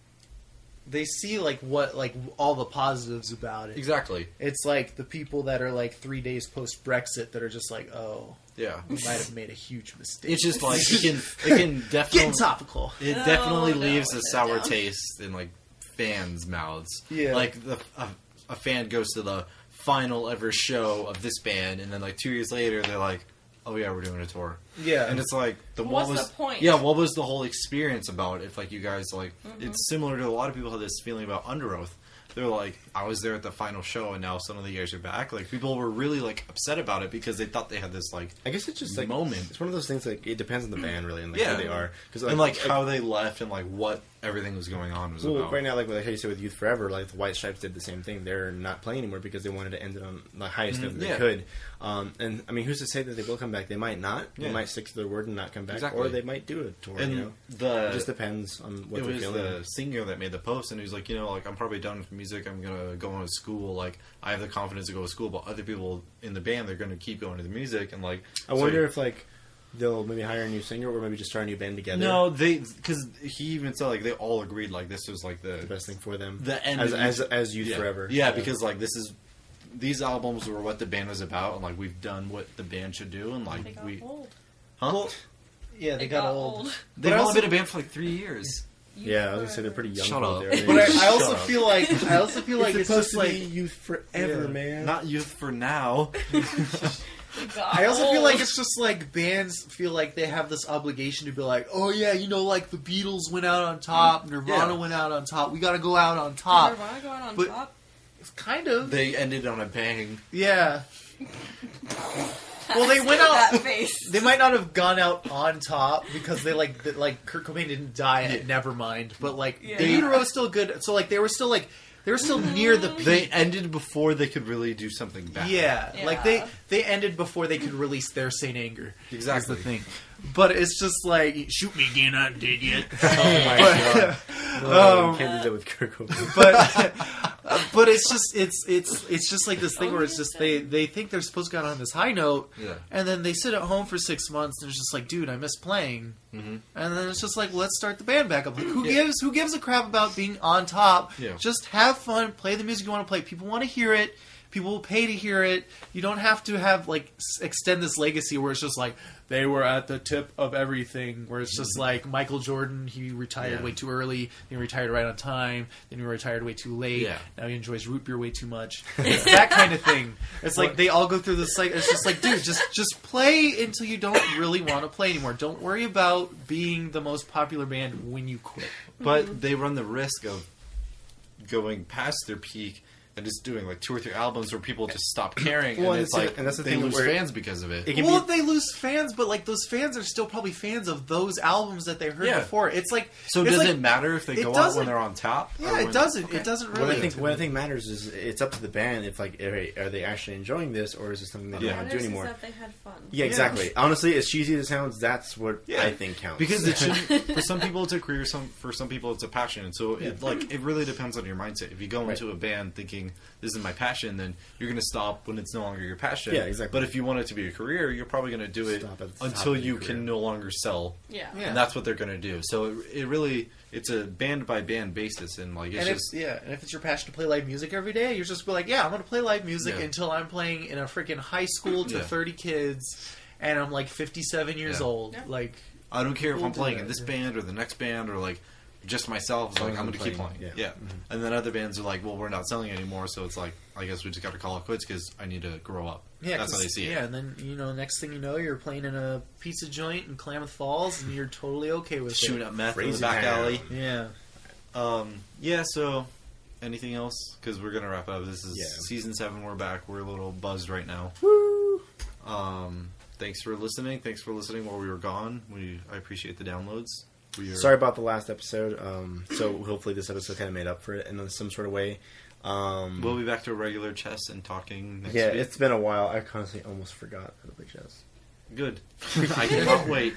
they see like what like all the positives about it. exactly. It's like the people that are like 3 days post Brexit that are just like, "Oh, Yeah, we might have made a huge mistake." it's just like it can it can definitely Getting topical. It No, definitely no, leaves a no, sour no. taste in like fans' mouths. Yeah. Like the a, a fan goes to the final ever show of this band, and then like two years later, they're like, "Oh yeah, we're doing a tour." Yeah. And it's like the What's what was the point? Yeah, what was the whole experience about? If like you guys like, Mm-hmm. it's similar to a lot of people have this feeling about Under Oath. They're like, I was there at the final show, and now some of the guys are back. Like people were really like upset about it because they thought they had this like I guess it's just like Moment. It's one of those things like it depends on the band really and like Yeah. who they are because and like how they left and like what everything was going on was well, about. right now like like how you said with Youth Forever like the White Stripes did the same thing. They're not playing anymore because they wanted to end it on the highest note that Mm-hmm. yeah. they could. Um, and I mean, who's to say that they will come back? They might not. Yeah. They might stick to their word and not come back, Exactly. or they might do a tour. and you know, the it just depends on what it they're was feeling. the singer that made the post, and he was like, you know, like I'm probably done with music. I'm gonna go on to school. Like I have the confidence to go to school, but other people in the band they're gonna keep going to the music and like. I wonder if like they'll maybe hire a new singer or maybe just start a new band together. No, they because he even said like they all agreed like this was like the the best thing for them. The end as of as, Youth- as Youth yeah. Forever. Yeah, because like this is these albums were what the band was about, and like we've done what the band should do, and like They got we old. huh? yeah, they got, old. They've But I only also- been a band for like three years. yeah. I was gonna say they're pretty young. Shut people up. there. But I, I Shut also up. feel like I also feel like it's, just like youth forever, Yeah. man. Not youth for now. I also feel Oh. like it's just like bands feel like they have this obligation to be like, oh yeah, you know, like the Beatles went out on top, Nirvana Yeah. went out on top, we got to go out on top. Nirvana going on but- top. It's kind of they ended on a bang. yeah. Well, they went that out- face. They might not have gone out on top because they like that, like Kurt Cobain didn't die. at Never mind, but like Yeah. the Utero was still good, so like they were still like they were still near the peak. They ended before they could really do something bad. Yeah, Yeah. like they they ended before they could release their Saint Anger. Exactly. That's the thing. But it's just like shoot me again, I'm dead yet. oh my god. but, Oh, Um, you can't do that with Kurt Cobain. but but it's just it's it's it's just like this thing where it's just they they think they're supposed to go out on this high note, Yeah. and then they sit at home for six months and it's just like, dude, I miss playing. Mhm. And then it's just like, let's start the band back up. Like, who Yeah. gives who gives a crap about being on top? Yeah. Just have fun, play the music you want to play. People want to hear it. People will pay to hear it. You don't have to have like s- extend this legacy where it's just like they were at the tip of everything. Where it's Mm-hmm. just like Michael Jordan, he retired Yeah. way too early, then he retired right on time, then he retired way too late. Yeah. Now he enjoys root beer way too much. It's that kind of thing. It's like they all go through this cycle. It's just like, dude, just just play until you don't really want to play anymore. Don't worry about being the most popular band when you quit. But they run the risk of going past their peak and just doing like two or three albums where people just stop caring. Well, and and it's it's- like and that's the they thing lose where- fans because of it. It can Well, be- they lose fans, but like those fans are still probably fans of those albums that they heard Yeah. before. It's like so it's does like- it matter if they it go out doesn't- when they're on top? or Yeah, it when- doesn't. It doesn't really. what I think what I think matters is it's up to the band if like are are they actually enjoying this or is it something they Yeah. don't want to do anymore? That they had fun. Yeah, exactly. Honestly, as cheesy as it sounds, that's what Yeah. I think counts. Because it should, for some people it's a career, some for some people it's a passion. And so it, Yeah. like it really depends on your mindset. If you go Right. into a band thinking this is my passion, then you're going to stop when it's no longer your passion. Yeah, exactly. But if you want it to be a career, you're probably going to do it Stop at the top until of your you career. can no longer sell. Yeah. Yeah. And that's what they're going to do. So it, it really it's a band by band basis, and like it's and just if, yeah, and if it's your passion to play live music every day, you're just be like, yeah, I'm gonna play live music Yeah. until I'm playing in a freaking high school to Yeah. 30 kids, and I'm like 57 years Yeah. old. Yeah. Like, I don't care if We'll I'm do playing that, in this yeah. band or the next band or like just myself. It's As like long I'm as going to I'm keep playing, playing. Yeah. yeah. And then other bands are like, well, we're not selling anymore, so it's like I guess we just got to call it quits because I need to grow up. yeah, that's how 'cause- they see it. Yeah, and then you know, next thing you know, you're playing in a pizza joint in Klamath Falls, and you're totally okay with Shooting it. up meth in the Crazy back town. alley. Yeah, Um, yeah. So anything else? Because we're gonna wrap up. This is Yeah. season seven. We're back. We're a little buzzed right now. Um, thanks for listening. Thanks for listening while we were gone. We I appreciate the downloads. We are, Sorry about the last episode. Um, so hopefully this episode kind of made up for it in some sort of way. Um, We'll be back to a regular chess and talking next yeah, week. it's been a while. I honestly almost forgot how to play chess. Good. I cannot wait.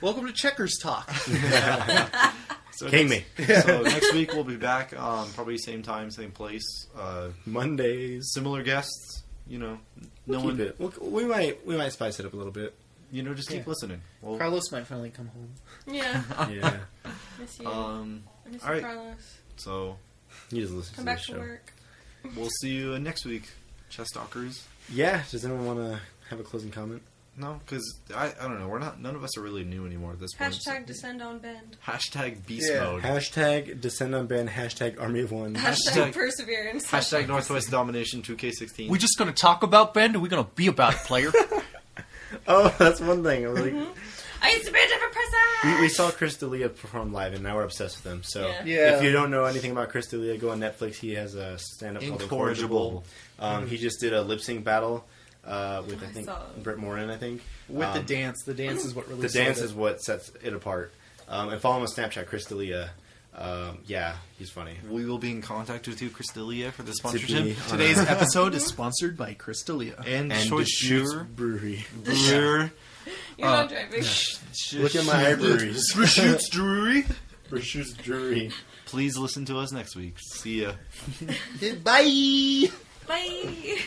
welcome to Checkers Talk. So King next, me. so next week we'll be back, um, probably same time, same place, uh, Mondays. similar guests. You know, no We'll keep one. it. We'll, we might we might spice it up a little bit. You know, just keep Yeah. listening. Well, Carlos might finally come home. Yeah. Yeah, Miss you. um, I miss all right. you, Carlos. so you just listen Come to the back to show. work. we'll see you next week, chess talkers. Yeah. Does anyone want to have a closing comment? No, because I, I don't know. We're not. None of us are really new anymore at this point. Hashtag descend on bend. Hashtag beast Yeah. mode. Hashtag descend on Ben. Hashtag army of one. Hashtag- Hashtag, perseverance. Hashtag Northwest domination 2K16. We just gonna talk about Bend, or we gonna be about it, player? oh, that's one thing. I'm like- I used to be a different person. we, we saw Chris D'Elia perform live, and now we're obsessed with him. So Yeah. Yeah. if you don't know anything about Chris D'Elia, go on Netflix. He has a stand-up called Incorrigible. Incorrigible. Um, he just did a lip sync battle uh, with I I think saw it. Britt Morin. I think with the Um, dance. The dance is what really the sold dance it. is what sets it apart. Um, and follow him on Snapchat, Chris D'Elia. Um, yeah, he's funny. We will be in contact with you, Cristelia, for the To be sponsorship. on Today's a- episode is sponsored by Crystalia. And, and Choice Deschutes Sure. Brewery. Brewer. You're Uh, not driving. Look at my breweries. Deschutes Brewery. Deschutes Brewery. Please listen to us next week. See ya. Bye. Bye.